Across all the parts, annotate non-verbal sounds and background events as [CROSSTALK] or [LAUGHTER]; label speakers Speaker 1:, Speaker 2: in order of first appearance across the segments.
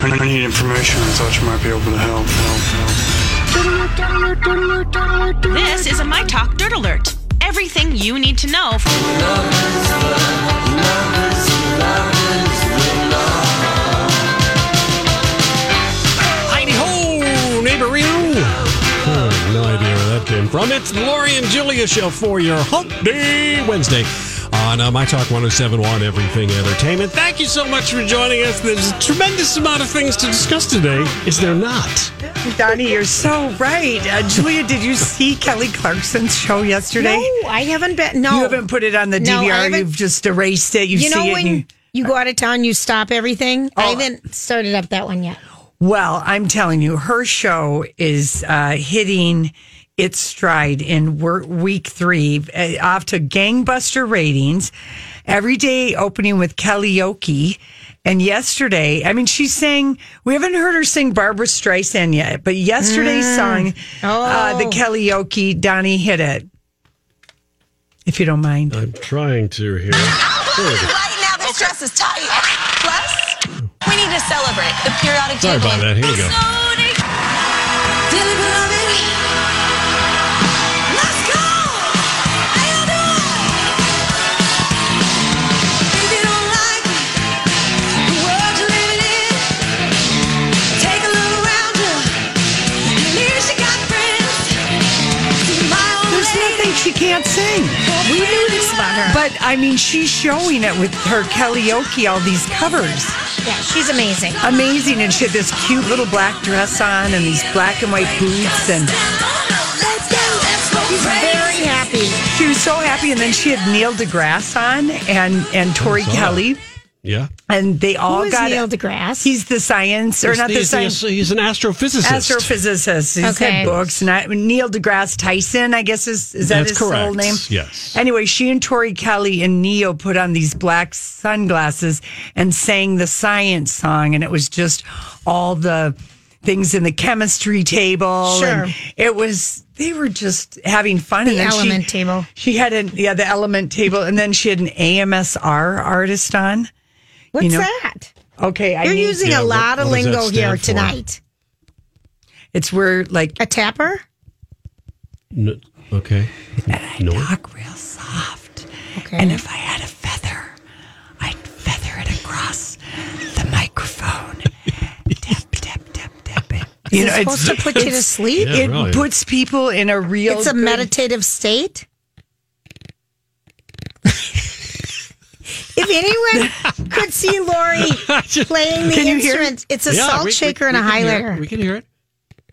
Speaker 1: I need information. I thought you might be able to help.
Speaker 2: This is a My Talk Dirt Alert. Everything you need to know. From-
Speaker 3: Heidi ho, neighbor you. Oh, no idea where that came from. It's the Lori and Julia show for your Hump Day Wednesday on uh, My Talk 1071 Everything Entertainment. Thank you so much for joining us. There's a tremendous amount of things to discuss today, is there not?
Speaker 4: Donnie, you're so right. Uh, Julia, did you see Kelly Clarkson's show yesterday?
Speaker 5: No, I haven't been. No,
Speaker 4: You haven't put it on the
Speaker 5: No, I
Speaker 4: DVR.
Speaker 5: haven't-
Speaker 4: You've just erased it. You,
Speaker 5: You
Speaker 4: see
Speaker 5: know
Speaker 4: it.
Speaker 5: when
Speaker 4: and you- Oh.
Speaker 5: you, go out of town, you stop everything. I haven't started up that one yet.
Speaker 4: well, I'm telling you, her show is uh, hitting its stride in wor- week three, uh, off to gangbuster ratings. Every day opening with karaoke. And yesterday, I mean, she sang, we haven't heard her sing Barbara Streisand yet, but yesterday's song, uh, the
Speaker 5: Oh.
Speaker 4: karaoke, Donnie hit it. If you don't mind.
Speaker 3: I'm trying to here. There we go.
Speaker 6: Right now, this dress is tight. Plus, we need to celebrate the periodic
Speaker 3: Sorry
Speaker 6: table.
Speaker 3: about that. Here we go.
Speaker 6: Dearly beloved, let's go. I'll do it. If you don't like the world you're living in, take a look around you. And here she got friends. See my old
Speaker 4: There's
Speaker 6: lady.
Speaker 4: nothing she can't sing.
Speaker 6: We knew this about her.
Speaker 4: But I mean, she's showing it with her karaoke, all these covers.
Speaker 5: Yeah, she's amazing.
Speaker 4: Amazing. And she had this cute little black dress on and these black and white boots. And
Speaker 6: Let's go. Let's go
Speaker 5: She's very
Speaker 6: crazy.
Speaker 5: happy.
Speaker 4: she was so happy. And then she had Neil deGrasse on and, and Tori
Speaker 3: saw
Speaker 4: Kelly.
Speaker 3: Yeah.
Speaker 4: And they all
Speaker 5: Who is
Speaker 4: got
Speaker 5: Neil deGrasse?
Speaker 4: Oh, He's the science, or not the,
Speaker 3: he's,
Speaker 4: science.
Speaker 3: he's, he's an astrophysicist.
Speaker 4: Astrophysicist. He's
Speaker 5: Okay.
Speaker 4: had books. And I, Neil deGrasse Tyson, I guess, is, is that
Speaker 3: That's
Speaker 4: his
Speaker 3: correct.
Speaker 4: whole name?
Speaker 3: Yes.
Speaker 4: Anyway, she and Tori Kelly and Neo put on these black sunglasses and sang the science song, and it was just all the things in the chemistry table. and
Speaker 5: Sure.
Speaker 4: it was they were just having fun.
Speaker 5: The
Speaker 4: and then she-
Speaker 5: element table.
Speaker 4: She had an yeah the element table, and then she had an AMSR artist on.
Speaker 5: What's
Speaker 4: You know-
Speaker 5: that?
Speaker 4: Okay, I
Speaker 5: You're
Speaker 4: need,
Speaker 5: using
Speaker 3: Yeah,
Speaker 5: a
Speaker 3: what-
Speaker 5: lot of
Speaker 3: what does that
Speaker 5: lingo here
Speaker 3: stand for?
Speaker 5: tonight.
Speaker 4: it's where like
Speaker 5: A tapper?
Speaker 3: N- okay. No.
Speaker 4: talk real soft,
Speaker 5: Okay.
Speaker 4: and if I had a feather, I'd feather it across the microphone. tap tap tap tap it. You know,
Speaker 5: supposed to put you to sleep?
Speaker 3: Yeah,
Speaker 4: it
Speaker 3: really.
Speaker 4: puts people in a real.
Speaker 5: It's a
Speaker 4: good-
Speaker 5: meditative state. if anyone could
Speaker 3: [LAUGHS]
Speaker 5: see Lori playing the
Speaker 4: Can you hear it?
Speaker 5: instruments, it's a
Speaker 3: Yeah,
Speaker 5: salt
Speaker 3: we- we-
Speaker 5: shaker and a
Speaker 3: we can hear it.
Speaker 5: highlighter.
Speaker 3: We can hear it.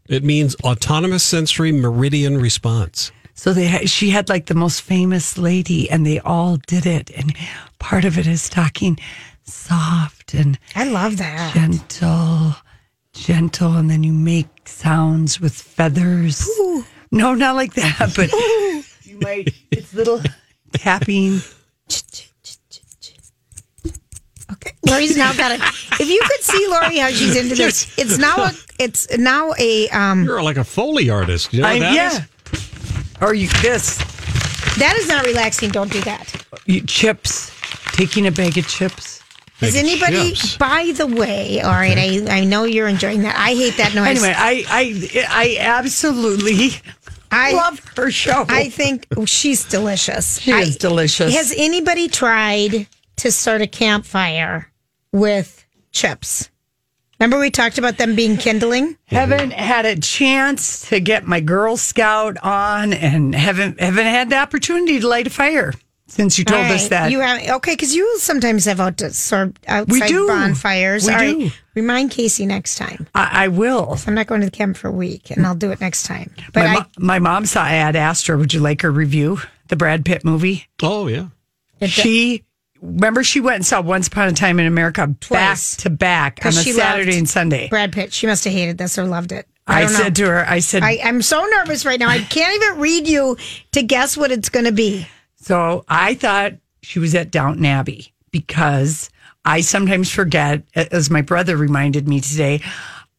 Speaker 3: It means autonomous sensory meridian response.
Speaker 4: So they ha- she had like the most famous lady, and they all did it. And part of it is talking soft and
Speaker 5: I love that.
Speaker 4: gentle, gentle, and then you make sounds with feathers. No, not like that, but you might. It's little tapping.
Speaker 5: Okay. Lori's now got it. If you could see Lori how she's into this, it's now a it's now a um
Speaker 3: You're like a foley artist. You know what that is?
Speaker 4: yeah. Or you this
Speaker 5: that is not relaxing. Don't do that.
Speaker 4: you, chips, taking a bag of chips.
Speaker 5: Is
Speaker 3: Making
Speaker 5: anybody
Speaker 3: chips.
Speaker 5: by the way, all right, I, I know you're enjoying that. I hate that noise.
Speaker 4: Anyway, I I I absolutely
Speaker 5: I
Speaker 4: love her show.
Speaker 5: I think oh, she's delicious.
Speaker 4: She is
Speaker 5: I-
Speaker 4: delicious.
Speaker 5: Has anybody tried to start a campfire with chips? Remember we talked about them being kindling?
Speaker 4: Haven't had a chance to get my Girl Scout on, and haven't haven't had the opportunity to light a fire since you told
Speaker 5: All
Speaker 4: us
Speaker 5: right.
Speaker 4: that.
Speaker 5: You have okay, because you sometimes have out sort outside
Speaker 4: do.
Speaker 5: bonfires.
Speaker 4: We
Speaker 5: All right.
Speaker 4: do.
Speaker 5: Remind Casey next time.
Speaker 4: I, I will.
Speaker 5: I'm not going to the camp for a week, and I'll do it next time. But
Speaker 4: My,
Speaker 5: I,
Speaker 4: mo- my mom saw Ad Astra. Would you like her review the Brad Pitt movie?
Speaker 3: Oh, yeah.
Speaker 4: she remember she went and saw Once Upon a Time in America
Speaker 5: Twice.
Speaker 4: back to back on a
Speaker 5: 'Cause she
Speaker 4: Saturday
Speaker 5: loved
Speaker 4: and Sunday.
Speaker 5: Brad Pitt, she must have hated this or loved it.
Speaker 4: I,
Speaker 5: I, don't
Speaker 4: said
Speaker 5: know.
Speaker 4: to her, I said,
Speaker 5: I, I'm so nervous right now. I can't even read you to guess what it's going to be.
Speaker 4: So I thought she was at Downton Abbey because I sometimes forget, as my brother reminded me today,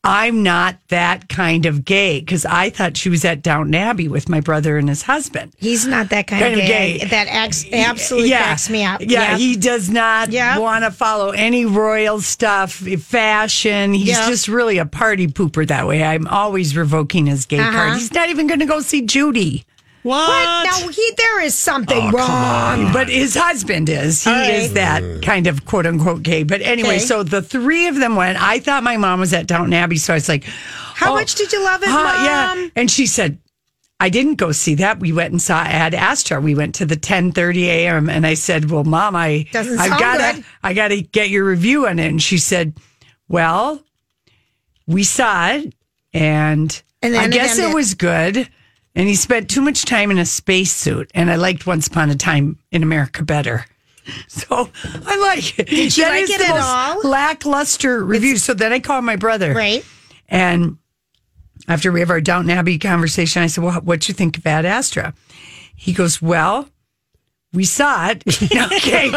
Speaker 4: I'm not that kind of gay because I thought she was at Downton Abbey with my brother and his husband.
Speaker 5: He's not that kind,
Speaker 4: Kind
Speaker 5: of
Speaker 4: of
Speaker 5: gay.
Speaker 4: gay.
Speaker 5: That acts, absolutely cracks me up.
Speaker 4: Yeah, he does not
Speaker 5: Yeah.
Speaker 4: want to follow any royal stuff, fashion. He's
Speaker 5: Yeah.
Speaker 4: just really a party pooper that way. I'm always revoking his gay card. He's not even going to go see Judy.
Speaker 3: What?
Speaker 5: Uh-huh. What? No, he, there is something
Speaker 4: Oh,
Speaker 5: wrong.
Speaker 4: But his husband is. He is that kind of quote unquote gay. But anyway,
Speaker 5: Okay.
Speaker 4: so the three of them went. I thought my mom was at Downton Abbey, so I was like, "Oh,
Speaker 5: How much did you love it, Mom?
Speaker 4: Yeah. And she said, I didn't go see that. We went and saw Ad Astra. We went to the 10:30 a.m. and I said, "Well, mom, I
Speaker 5: Doesn't
Speaker 4: I've
Speaker 5: sound
Speaker 4: got to
Speaker 5: good.
Speaker 4: I got to get your review on it." And she said, "Well, we saw it and,
Speaker 5: And
Speaker 4: I
Speaker 5: then it
Speaker 4: guess it
Speaker 5: ended.
Speaker 4: was good." And he spent too much time in a spacesuit, and I liked Once Upon a Time in America better. [LAUGHS] So I like it. Did
Speaker 5: you like it at all?
Speaker 4: Lackluster review. so then I called my brother.
Speaker 5: Right?
Speaker 4: And after we have our Downton Abbey conversation, I said, Well, what'd you think of Ad Astra? He goes, Well, we saw it. [LAUGHS]
Speaker 5: [LAUGHS]
Speaker 4: okay.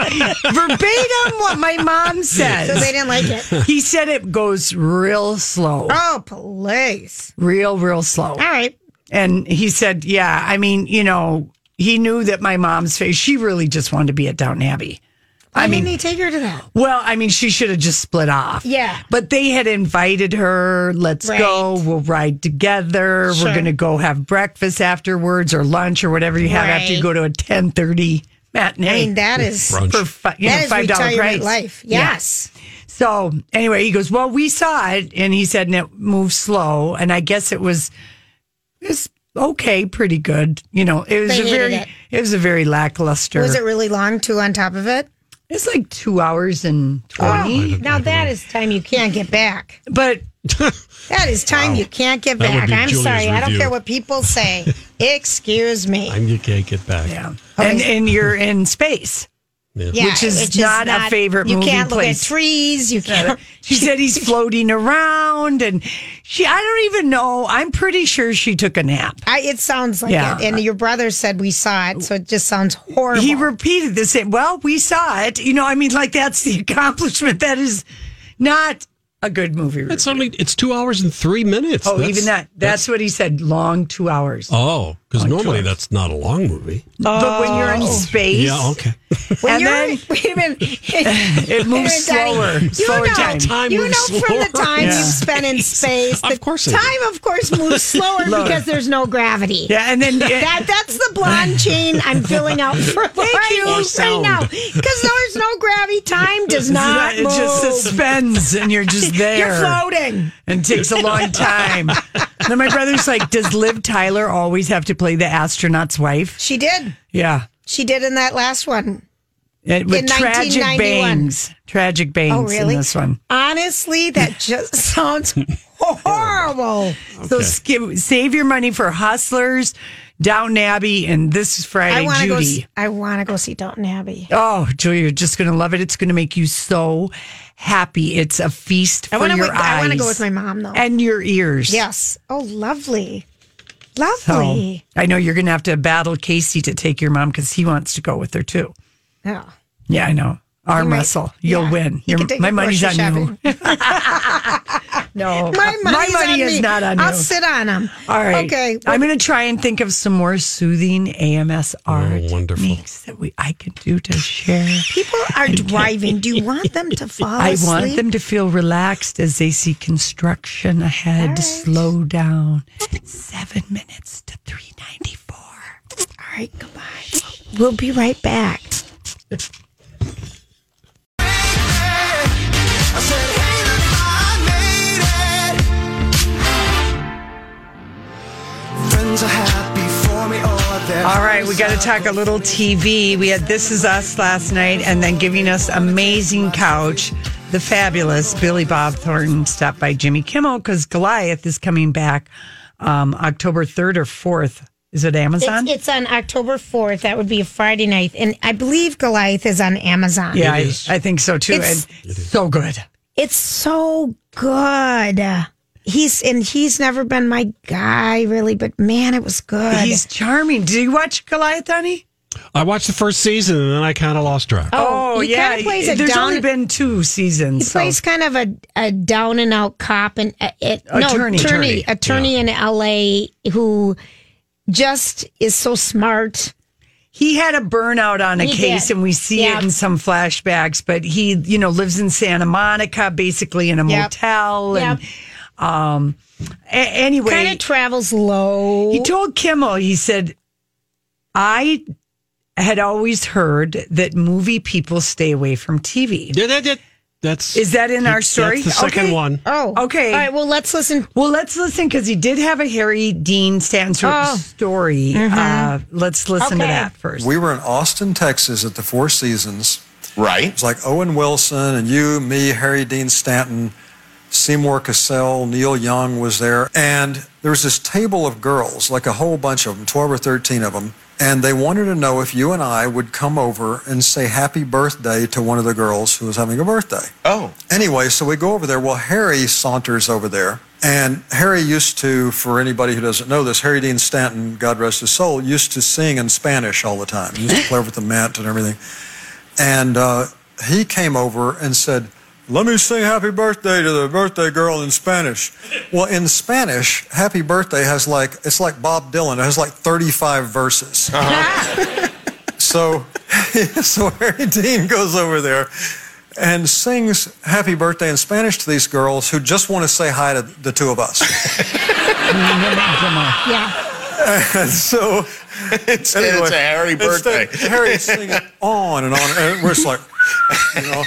Speaker 4: Verbatim what my mom
Speaker 5: So they
Speaker 4: says.
Speaker 5: didn't like it.
Speaker 4: [LAUGHS] He said it goes real slow,
Speaker 5: Oh, please.
Speaker 4: real, real slow.
Speaker 5: All right.
Speaker 4: And he said, Yeah, I mean, you know, he knew that my mom's face, she really just wanted to be at Downton Abbey.
Speaker 5: Why I mean, didn't he take her to that?
Speaker 4: Well, I mean, she should have just split off.
Speaker 5: Yeah.
Speaker 4: But they had invited her, let's
Speaker 5: Right.
Speaker 4: go, we'll ride together. We're
Speaker 5: Sure.
Speaker 4: going to go have breakfast afterwards or lunch or whatever you have after you
Speaker 5: Right.
Speaker 4: go to a 1030 matinee.
Speaker 5: I mean, that is
Speaker 3: Brunch.
Speaker 4: for fi- you know,
Speaker 5: that is
Speaker 4: $5 price.
Speaker 5: retirement life.
Speaker 4: Yeah.
Speaker 5: Yes.
Speaker 4: So anyway, he goes, well, we saw it. And he said, and it moved slow. And I guess it was, it was okay, pretty good. You know, it was
Speaker 5: They
Speaker 4: a
Speaker 5: hated
Speaker 4: very,
Speaker 5: it.
Speaker 4: it. was a very lackluster.
Speaker 5: Was it really long too? On top of it.
Speaker 4: It's like two hours and 20.
Speaker 5: Now that is time you can't get back.
Speaker 4: But
Speaker 5: That is time you can't get
Speaker 3: That would
Speaker 5: back.
Speaker 3: be
Speaker 5: I'm
Speaker 3: Julia's
Speaker 5: sorry. I don't
Speaker 3: review.
Speaker 5: care what
Speaker 3: [LAUGHS]
Speaker 5: people say. Excuse me.
Speaker 3: And you can't get back.
Speaker 4: Yeah.
Speaker 5: Oh.
Speaker 4: And and you're in space.
Speaker 5: Yeah,
Speaker 4: which is not a favorite
Speaker 5: You
Speaker 4: movie
Speaker 5: can't look
Speaker 4: place.
Speaker 5: at trees. You can't.
Speaker 4: She said he's floating around and she I don't even know. I'm pretty sure she took a nap.
Speaker 5: [LAUGHS] I, it sounds like
Speaker 4: Yeah.
Speaker 5: it. And your brother said we saw it, so it just sounds horrible.
Speaker 4: He repeated the same. Well, we saw it. You know, I mean like that's the [LAUGHS] accomplishment that is not a good movie. review.
Speaker 3: It's only it's two hours and three minutes.
Speaker 4: oh,
Speaker 3: That's-
Speaker 4: even that. That's, what he said, long 2 hours.
Speaker 3: Oh, because normally
Speaker 4: George.
Speaker 3: that's not a long movie.
Speaker 4: But when you're in space,
Speaker 3: Oh. Yeah,
Speaker 4: [LAUGHS]
Speaker 3: okay.
Speaker 5: [LAUGHS] when
Speaker 4: and
Speaker 5: you're,
Speaker 4: then-
Speaker 5: wait a minute.
Speaker 4: [LAUGHS] it moves slower.
Speaker 5: You
Speaker 4: slower
Speaker 5: know,
Speaker 4: time.
Speaker 3: Time
Speaker 5: you know
Speaker 3: moves
Speaker 5: from the
Speaker 3: slower.
Speaker 5: time
Speaker 4: Yeah.
Speaker 5: you've spent
Speaker 3: [LAUGHS]
Speaker 5: in space,
Speaker 3: Of
Speaker 5: the
Speaker 3: course it
Speaker 5: time, of course,
Speaker 3: [LAUGHS]
Speaker 5: moves slower
Speaker 4: Lower.
Speaker 5: because there's no gravity.
Speaker 4: Yeah, and
Speaker 5: [LAUGHS]
Speaker 4: then
Speaker 5: That that's the blonde chain I'm filling out
Speaker 4: [LAUGHS]
Speaker 5: for Thank
Speaker 3: you. Or
Speaker 5: right
Speaker 3: sound.
Speaker 5: now because there's no gravity. Time does not
Speaker 4: it just
Speaker 5: move.
Speaker 4: suspends and you're
Speaker 5: [LAUGHS]
Speaker 4: just there.
Speaker 5: You're floating.
Speaker 4: and takes a
Speaker 5: [LAUGHS]
Speaker 4: long time. And then my brother's like, "Does Liv Tyler always have to play the astronaut's wife?"
Speaker 5: She did.
Speaker 4: Yeah,
Speaker 5: She did in that last one.
Speaker 4: And with
Speaker 5: In
Speaker 4: tragic
Speaker 5: 1991.
Speaker 4: bangs, tragic bangs
Speaker 5: Oh, really?
Speaker 4: in this one.
Speaker 5: Honestly, that just [LAUGHS] sounds horrible.
Speaker 4: So skip, save your money for Hustlers, Downton Abbey, and this is
Speaker 5: I
Speaker 4: Friday,
Speaker 5: want to go.
Speaker 4: Judy.
Speaker 5: s- I want to go see Downton Abbey.
Speaker 4: oh, Julia, you're just gonna love it. It's gonna make you so happy. It's a feast
Speaker 5: I
Speaker 4: for
Speaker 5: want to.
Speaker 4: your eyes.
Speaker 5: I want to go with my mom though.
Speaker 4: and your ears.
Speaker 5: yes. Oh, lovely,
Speaker 4: So,
Speaker 5: lovely.
Speaker 4: I know you're going to have to battle Casey to take your mom because he wants to go with her too. Oh.
Speaker 5: Yeah.
Speaker 4: Yeah, I know. Arm
Speaker 5: might-
Speaker 4: wrestle. You'll
Speaker 5: yeah.
Speaker 4: win.
Speaker 5: You
Speaker 4: Your-
Speaker 5: can take
Speaker 4: my
Speaker 5: your
Speaker 4: money's on
Speaker 5: grocery
Speaker 4: you. [LAUGHS] no.
Speaker 5: My, money's
Speaker 4: money
Speaker 5: on
Speaker 4: is
Speaker 5: me.
Speaker 4: not on
Speaker 5: I'll
Speaker 4: you.
Speaker 5: sit on them.
Speaker 4: All right.
Speaker 5: Okay.
Speaker 4: I'm going to try and think of some more soothing AMSR
Speaker 3: Oh, wonderful.
Speaker 4: techniques that we I can do to share.
Speaker 5: People are driving. Do you want them
Speaker 4: [LAUGHS]
Speaker 5: to fall
Speaker 4: I
Speaker 5: asleep?
Speaker 4: want them to feel relaxed as they see construction ahead. Slow down. Seven minutes to 394.
Speaker 5: All right. Goodbye. We'll be right back.
Speaker 6: I said, hey, look my name.
Speaker 4: we got to talk a little TV. We had This Is Us last night, and then giving us amazing couch, the fabulous Billy Bob Thornton, stopped by Jimmy Kimmel because Goliath is coming back um, October third or fourth. Is it Amazon?
Speaker 5: It's, it's on October 4th. That would be a Friday night. And I believe Goliath is on Amazon.
Speaker 4: yeah, I, I think so too.
Speaker 5: It's-
Speaker 4: and so good.
Speaker 5: It's so good. He's and he's never been my guy really, but man, it was good.
Speaker 4: He's charming. Did you watch Goliath, Donnie?
Speaker 3: I watched the first season and then I kind of lost track.
Speaker 5: Oh, he kinda plays a
Speaker 4: There's
Speaker 5: down-
Speaker 4: only been two seasons.
Speaker 5: he
Speaker 4: so-
Speaker 5: plays kind of a, a down and out cop and uh, it, no,
Speaker 4: Attorney.
Speaker 5: attorney,
Speaker 3: Attorney,
Speaker 5: attorney in LA who just is so smart.
Speaker 4: he had a burnout on a
Speaker 5: He
Speaker 4: case
Speaker 5: did.
Speaker 4: and we see
Speaker 5: Yeah.
Speaker 4: it in some flashbacks but he you know lives in santa monica basically in a
Speaker 5: Yep.
Speaker 4: motel and um a- anyway
Speaker 5: Kind of travels low.
Speaker 4: he told kimmel he said i had always heard that movie people stay away from tv
Speaker 3: Yeah, that, that, that's
Speaker 4: is that in our story
Speaker 3: That's the second
Speaker 4: Okay.
Speaker 3: one.
Speaker 5: oh,
Speaker 4: okay.
Speaker 5: All right, well, let's listen.
Speaker 4: Well, let's listen because he did have a Harry Dean Stanton
Speaker 5: Oh.
Speaker 4: story. Uh, let's listen to
Speaker 5: Okay.
Speaker 4: that first.
Speaker 7: We were in Austin, Texas at the Four Seasons. It's
Speaker 8: Right.
Speaker 7: like Owen Wilson and you, me, Harry Dean Stanton, Seymour Cassell, Neil Young was there. And there was this table of girls, like a whole bunch of them, 12 or 13 of them. And they wanted to know if you and I would come over and say happy birthday to one of the girls who was having a birthday.
Speaker 8: Oh.
Speaker 7: Anyway, so we go over there. Well, Harry saunters over there. And Harry used to, for anybody who doesn't know this, Harry Dean Stanton, God rest his soul, used to sing in Spanish all the time. He used to play with the mat and everything. And uh, he came over and said, Let me sing happy birthday to the birthday girl in Spanish. Well, in Spanish, happy birthday has like, it's like Bob Dylan, it has like 35 verses. [LAUGHS] Uh-huh.
Speaker 5: [LAUGHS]
Speaker 7: So, [LAUGHS] so Harry Dean goes over there and sings "Happy Birthday" in Spanish to these girls who just want to say hi to the two of us.
Speaker 5: Yeah.
Speaker 7: And so,
Speaker 8: It's, and it's a Harry birthday.
Speaker 7: instead, Harry's singing on and on, and we're just like, you know,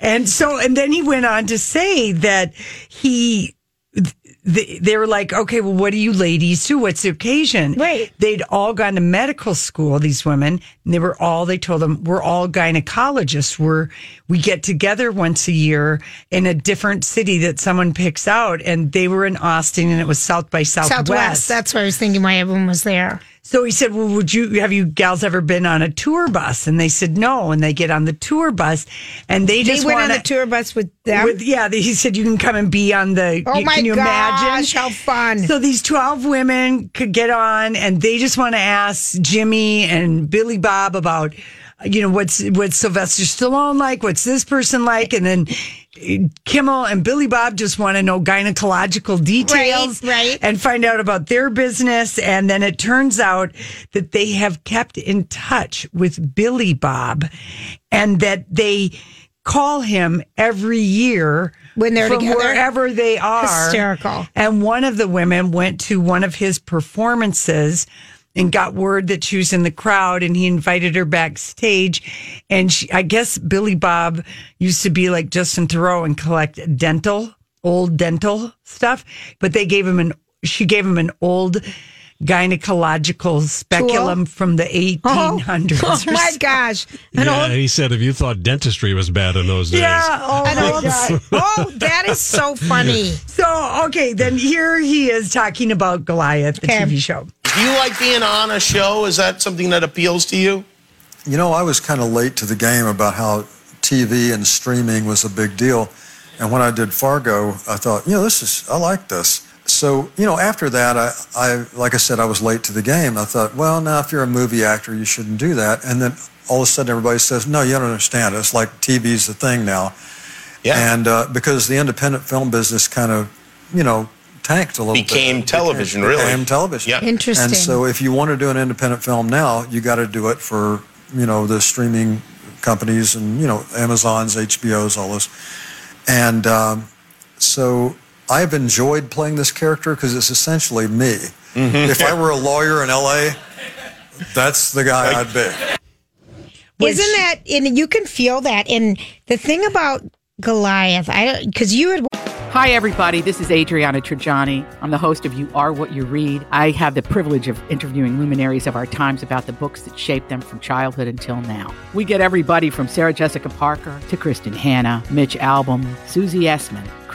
Speaker 4: And so, and then he went on to say that he, th- they were like, okay, well, what do you ladies do? What's the occasion?
Speaker 5: Right.
Speaker 4: They'd all gone to medical school, these women, and they were all, they told them, we're all gynecologists. We're, we get together once a year in a different city that someone picks out. And they were in Austin and it was South by Southwest.
Speaker 5: Southwest. That's what I was thinking why everyone was there.
Speaker 4: So he said, Well, would you have you gals ever been on a tour bus? And they said, No. And they get on the tour bus and they just
Speaker 5: they went on
Speaker 4: wanna-
Speaker 5: the tour bus with them.
Speaker 4: with- yeah, the- he said you can come and be on the.
Speaker 5: Oh
Speaker 4: you-
Speaker 5: my
Speaker 4: can you
Speaker 5: gosh,
Speaker 4: imagine
Speaker 5: how fun.
Speaker 4: So these twelve women could get on, and they just want to ask Jimmy and Billy Bob about, you know, what's what's Sylvester Stallone like? What's this person like? And then. uh, Kimmel and Billy Bob just want to know gynecological details
Speaker 5: right.
Speaker 4: and find out about their business. And then it turns out that they have kept in touch with Billy Bob and that they call him every year
Speaker 5: When they're
Speaker 4: from
Speaker 5: together?
Speaker 4: wherever they are.
Speaker 5: Hysterical.
Speaker 4: And one of the women went to one of his performances and got word that she was in the crowd and he invited her backstage. And she, I guess Billy Bob used to be like Justin Thoreau and collect dental, old dental stuff, but they gave him an, she gave him an old gynecological speculum from the 1800s.
Speaker 5: [LAUGHS] Oh
Speaker 4: or
Speaker 5: my gosh. An
Speaker 3: yeah,
Speaker 5: old-
Speaker 3: he said if you thought dentistry was bad in those days.
Speaker 4: Yeah. Oh
Speaker 5: an
Speaker 4: my
Speaker 5: old-
Speaker 4: God.
Speaker 5: oh, that
Speaker 4: [LAUGHS]
Speaker 5: is so funny.
Speaker 4: So okay, then here he is talking about Goliath, the
Speaker 5: Okay.
Speaker 4: TV show.
Speaker 8: Do you like being on a show? Is that something that appeals to you?
Speaker 7: you know, I was kind of late to the game about how TV and streaming was a big deal. And when I did Fargo, I thought, you know, this is, I like this. So, you know, after that, I, I like I said, I was late to the game. I thought, well, now if you're a movie actor, you shouldn't do that. And then all of a sudden, everybody says, no, you don't understand. It's like TV's the thing now.
Speaker 8: Yeah.
Speaker 7: And uh, because the independent film business kind of, you know, tanked a little bit.
Speaker 8: Became television,
Speaker 7: Became
Speaker 8: really.
Speaker 7: television.
Speaker 8: Yeah.
Speaker 5: Interesting.
Speaker 7: And so if you want to do an independent film now, you got to do it for, you know, the streaming companies and, you know, Amazon's, HBO's, all those. And um, so I've enjoyed playing this character because it's essentially me. If I were a lawyer in LA, that's the guy I'd be.
Speaker 5: Isn't that, and you can feel that. And the thing about Goliath, I don't, because you had
Speaker 9: Hi, everybody. This is Adriana Trajani. I'm the host of You Are What You Read. I have the privilege of interviewing luminaries of our times about the books that shaped them from childhood until now. We get everybody from Sarah Jessica Parker to Kristen Hanna, Mitch Albom, Susie Essman,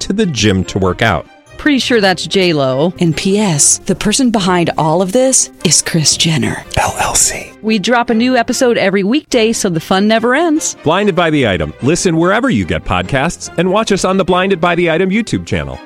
Speaker 10: to the gym to work out.
Speaker 11: Pretty sure that's J Lo. And P.S. The person behind all of this is Chris Jenner
Speaker 10: LLC.
Speaker 11: We drop a new episode every weekday, so the fun never ends.
Speaker 10: Blinded by the item. Listen wherever you get podcasts, and watch us on the Blinded by the Item YouTube channel.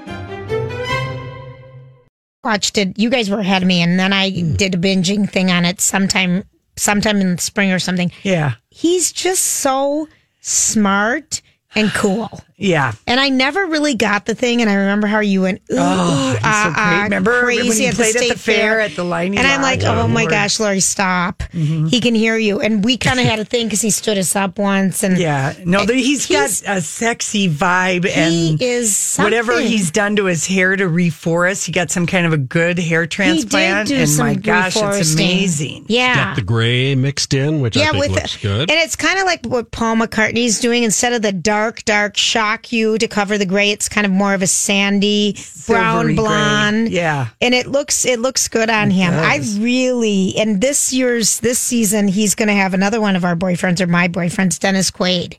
Speaker 5: watched it. You guys were ahead of me, and then I
Speaker 4: Hmm.
Speaker 5: did a binging thing on it sometime, sometime in the spring or something.
Speaker 4: Yeah.
Speaker 5: He's just so smart and cool.
Speaker 4: Yeah.
Speaker 5: And I never really got the thing. And I remember how you went, ooh,
Speaker 4: Oh,
Speaker 5: ooh,
Speaker 4: he's so
Speaker 5: ah,
Speaker 4: great.
Speaker 5: ah,
Speaker 4: Remember when
Speaker 5: crazy
Speaker 4: he
Speaker 5: at the
Speaker 4: played at the
Speaker 5: state
Speaker 4: fair at the Lightning
Speaker 5: And I'm like,
Speaker 4: Lodge?
Speaker 5: oh my
Speaker 4: Lord. Mm-hmm.
Speaker 5: gosh, Lori, stop. He can hear you. And we kind of had a thing because he stood us up once. And
Speaker 4: Yeah. No, there, he's got a sexy vibe
Speaker 5: He
Speaker 4: and
Speaker 5: is
Speaker 4: whatever
Speaker 5: something.
Speaker 4: he's done to his hair to reforest. He got some kind of a good hair transplant.
Speaker 5: do
Speaker 4: and
Speaker 5: some
Speaker 4: my gosh, it's
Speaker 5: reforesting.
Speaker 4: amazing.
Speaker 5: Yeah.
Speaker 3: The gray mixed in, which I think looks good.
Speaker 5: and it's kind of like what Paul McCartney's doing. Instead of the dark, dark shock you to cover the gray, it's kind of more of a sandy
Speaker 4: Silvery
Speaker 5: brown
Speaker 4: gray.
Speaker 5: blonde.
Speaker 4: Yeah.
Speaker 5: and it looks it looks good on him.
Speaker 4: does.
Speaker 5: I really and this year's this season he's going to have another one of our boyfriends or my boyfriends, Dennis Quaid,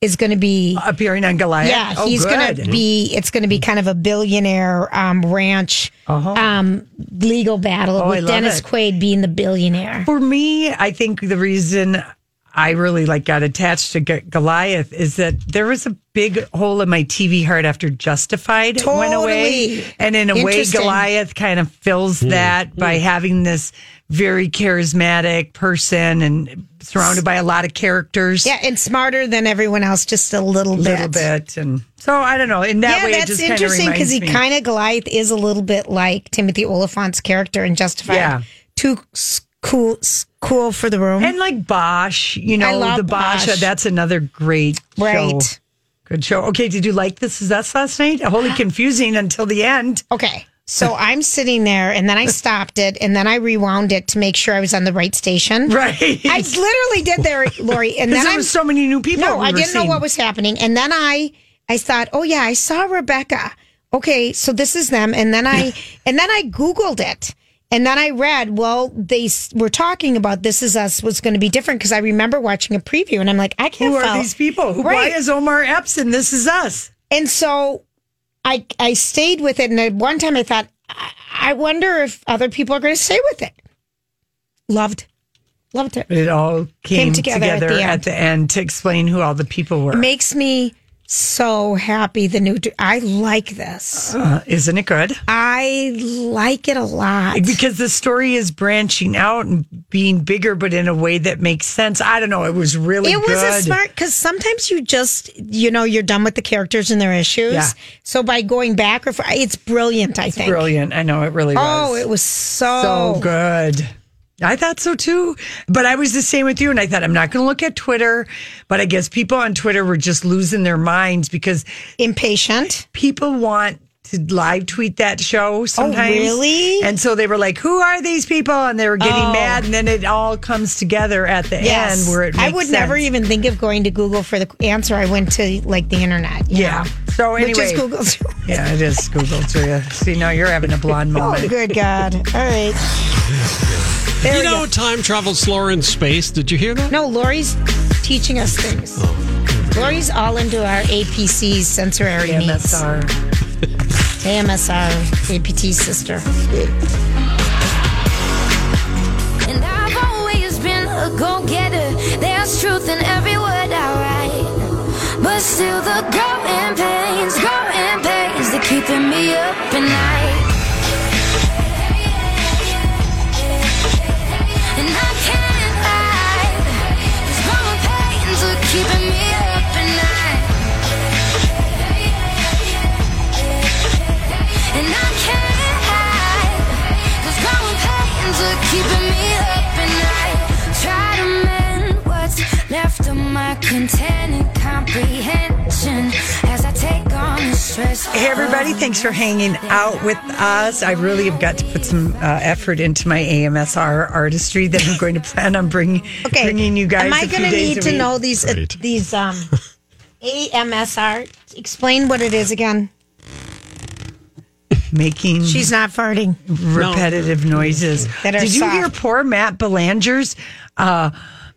Speaker 5: is going to be.
Speaker 4: Appearing on Goliath.
Speaker 5: yeah,
Speaker 4: Oh,
Speaker 5: he's going to
Speaker 4: good.
Speaker 5: be. It's going to be kind of a billionaire um, ranch um, legal battle
Speaker 4: Uh-huh. Oh, I
Speaker 5: with
Speaker 4: love
Speaker 5: Dennis
Speaker 4: it.
Speaker 5: Quaid being the billionaire.
Speaker 4: For me, I think the reason I really like got attached to G- Goliath is that there was a big hole in my TV heart after Justified went away,
Speaker 5: Totally.
Speaker 4: and in a way,
Speaker 5: Interesting.
Speaker 4: Goliath kind of fills that by having this very charismatic person and surrounded by a lot of characters.
Speaker 5: Yeah, and smarter than everyone else, just a little
Speaker 4: A
Speaker 5: bit.
Speaker 4: little bit, and so I don't know. In that
Speaker 5: yeah,
Speaker 4: way, it
Speaker 5: that's
Speaker 4: just kinda
Speaker 5: interesting
Speaker 4: reminds
Speaker 5: because he
Speaker 4: me.
Speaker 5: kind of Goliath is a little bit like Timothy Oliphant's character in Justified.
Speaker 4: Yeah.
Speaker 5: too s- cool, s- cool for the room.
Speaker 4: and like Bosch, you know,
Speaker 5: I love
Speaker 4: the Bosch.
Speaker 5: Bosch.
Speaker 4: That's another great show.
Speaker 5: Right.
Speaker 4: Good show. Okay, did you like This Is Us last night?
Speaker 5: [GASPS]
Speaker 4: Holy confusing until the end.
Speaker 5: Okay,
Speaker 4: [LAUGHS]
Speaker 5: so I'm sitting there, and then I stopped it, and then I rewound it to make sure I was on the right station.
Speaker 4: Right.
Speaker 5: I literally did there,
Speaker 4: [LAUGHS]
Speaker 5: Lori,
Speaker 4: Because
Speaker 5: and then
Speaker 4: there
Speaker 5: I'm
Speaker 4: were so many new people.
Speaker 5: No,
Speaker 4: we
Speaker 5: I
Speaker 4: were
Speaker 5: didn't know
Speaker 4: seeing.
Speaker 5: what was happening. And then I I thought, oh yeah, I saw Rebecca. Okay, so this is them. And
Speaker 4: [LAUGHS]
Speaker 5: then I and then I Googled it. And then I read, well, they s- were talking about This Is Us was going to be different because I remember watching a preview and I'm like, I can't
Speaker 4: Who are
Speaker 5: follow-
Speaker 4: these people? Who,
Speaker 5: Right.
Speaker 4: Why is Omar Epps in This Is Us?
Speaker 5: And so I I stayed with it. And at one time I thought, I, I wonder if other people are going to stay with it. Loved, loved it.
Speaker 4: It all came,
Speaker 5: together at the end.
Speaker 4: end to explain who all the people were.
Speaker 5: Makes me so happy. The new, I like this.
Speaker 4: Uh, isn't it good?
Speaker 5: I like it a lot.
Speaker 4: Because the story is branching out and being bigger, but in a way that makes sense. I don't know. It was really
Speaker 5: It was a
Speaker 4: good.
Speaker 5: smart because sometimes you just you know you're done with the characters and their issues.
Speaker 4: Yeah.
Speaker 5: So by going back, or it's brilliant. I think.
Speaker 4: Brilliant. I know it really was.
Speaker 5: Oh, it was so,
Speaker 4: so good. I thought so too. But I was the same with you. And I thought, I'm not going to look at Twitter. But I guess people on Twitter were just losing their minds because
Speaker 5: impatient.
Speaker 4: people want to live tweet that show sometimes.
Speaker 5: Oh, really?
Speaker 4: And so they were like, who are these people? And they were getting
Speaker 5: Oh.
Speaker 4: mad. And then it all comes together at the
Speaker 5: Yes.
Speaker 4: end where it
Speaker 5: I
Speaker 4: makes
Speaker 5: would never
Speaker 4: sense.
Speaker 5: even think of going to Google for the answer. I went to like the internet. you
Speaker 4: Yeah.
Speaker 5: know,
Speaker 4: So anyway.
Speaker 5: which is Google. [LAUGHS]
Speaker 4: Yeah, it is Google to you. See, now you're having a blonde moment.
Speaker 5: [LAUGHS] oh, good God! All right. There
Speaker 3: You
Speaker 5: we
Speaker 3: know,
Speaker 5: go.
Speaker 3: time travels slower in space. Did you hear that?
Speaker 5: No, Lori's teaching us things. Lori's all into our APCs, sensor area needs.
Speaker 4: MSR.
Speaker 5: AMSR, APT sister.
Speaker 6: And I've always been a go getter. There's truth in every word I write. But still, the growing pains, growing pains, they're keeping me up at night. And I can't hide. These growing pains are keeping me up at night. keeping me up at night. Try to mend what's left of my contented comprehension as I take on the stress.
Speaker 4: Hey, everybody, thanks for hanging out with us. I really have got to put some uh, effort into my AMSR artistry that I'm going to plan on bringing, bringing you guys.
Speaker 5: Am I
Speaker 4: a few
Speaker 5: going to
Speaker 4: days
Speaker 5: need
Speaker 4: a
Speaker 5: to
Speaker 4: week.
Speaker 5: know these uh, these um, AMSR? Explain what it is again.
Speaker 4: Making
Speaker 5: She's not farting.
Speaker 4: Mm-hmm. repetitive noises.
Speaker 5: That are
Speaker 4: Did you hear
Speaker 5: soft.
Speaker 4: poor Matt Belanger's uh,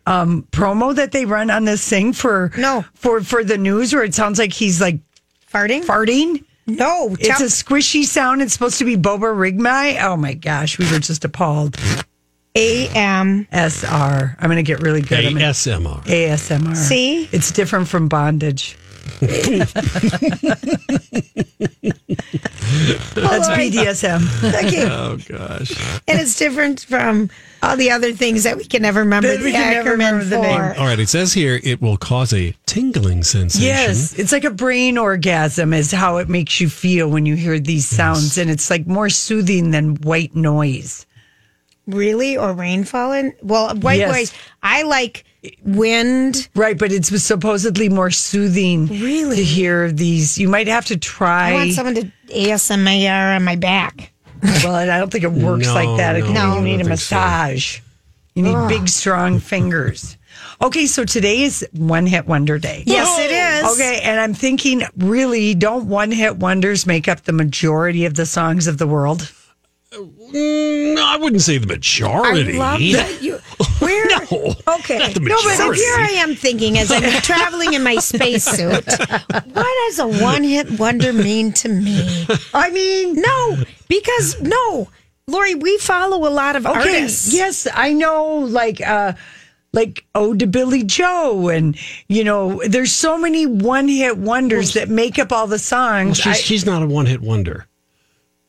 Speaker 4: um, promo that they run on this thing for no for for the news where it sounds like he's like
Speaker 5: farting
Speaker 4: farting.
Speaker 5: No,
Speaker 4: it's a squishy sound. It's supposed to be Boba Rigmy. Oh my gosh, we were just appalled. AMSR. I'm going to get really good. I'm gonna-
Speaker 3: ASMR.
Speaker 4: ASMR.
Speaker 5: See?
Speaker 4: It's different from bondage. That's
Speaker 5: All right. [LAUGHS]
Speaker 4: BDSM.
Speaker 5: Thank you.
Speaker 3: Oh gosh.
Speaker 5: And it's different from all the other things that we can never remember.
Speaker 4: That we
Speaker 5: the
Speaker 4: can never
Speaker 5: acronym
Speaker 4: remember the name.
Speaker 5: for.
Speaker 3: All right. It says here it will cause a tingling sensation.
Speaker 4: Yes, it's like a brain orgasm is how it makes you feel when you hear these sounds, and it's like more soothing than white noise.
Speaker 5: Really? Or rain falling? Well, white
Speaker 4: Yes.
Speaker 5: noise. I like wind.
Speaker 4: Right, but it's supposedly more soothing. Really, to hear these, you might have to try.
Speaker 5: I want someone to ASMR on my back.
Speaker 4: [LAUGHS] well, and I don't think it works
Speaker 5: No,
Speaker 4: like that.
Speaker 5: no,
Speaker 4: You
Speaker 5: No. I
Speaker 4: need a
Speaker 5: don't think so.
Speaker 4: massage. You need
Speaker 5: Ugh.
Speaker 4: big, strong fingers. Okay, so today is one hit wonder day.
Speaker 5: Yes, it is.
Speaker 4: Okay, and I'm thinking, really, don't one hit wonders make up the majority of the songs of the world?
Speaker 3: Mm, I wouldn't say the majority.
Speaker 5: I
Speaker 3: [LAUGHS]
Speaker 5: love that
Speaker 4: [LAUGHS]
Speaker 5: Oh, you. Where? okay.
Speaker 3: not the
Speaker 5: no, but so
Speaker 3: majority.
Speaker 5: here I am thinking as
Speaker 4: [LAUGHS]
Speaker 5: I'm traveling in my spacesuit. What does a one-hit wonder mean to me?
Speaker 4: I mean,
Speaker 5: no, because no, Lori, we follow a lot of artists.
Speaker 4: Yes, I know. Like, uh, like Ode to Billy Joe, and you know, there's so many one hit wonders that make up all the
Speaker 3: Well,
Speaker 4: songs.
Speaker 3: she's,
Speaker 4: I-
Speaker 3: she's not a one hit wonder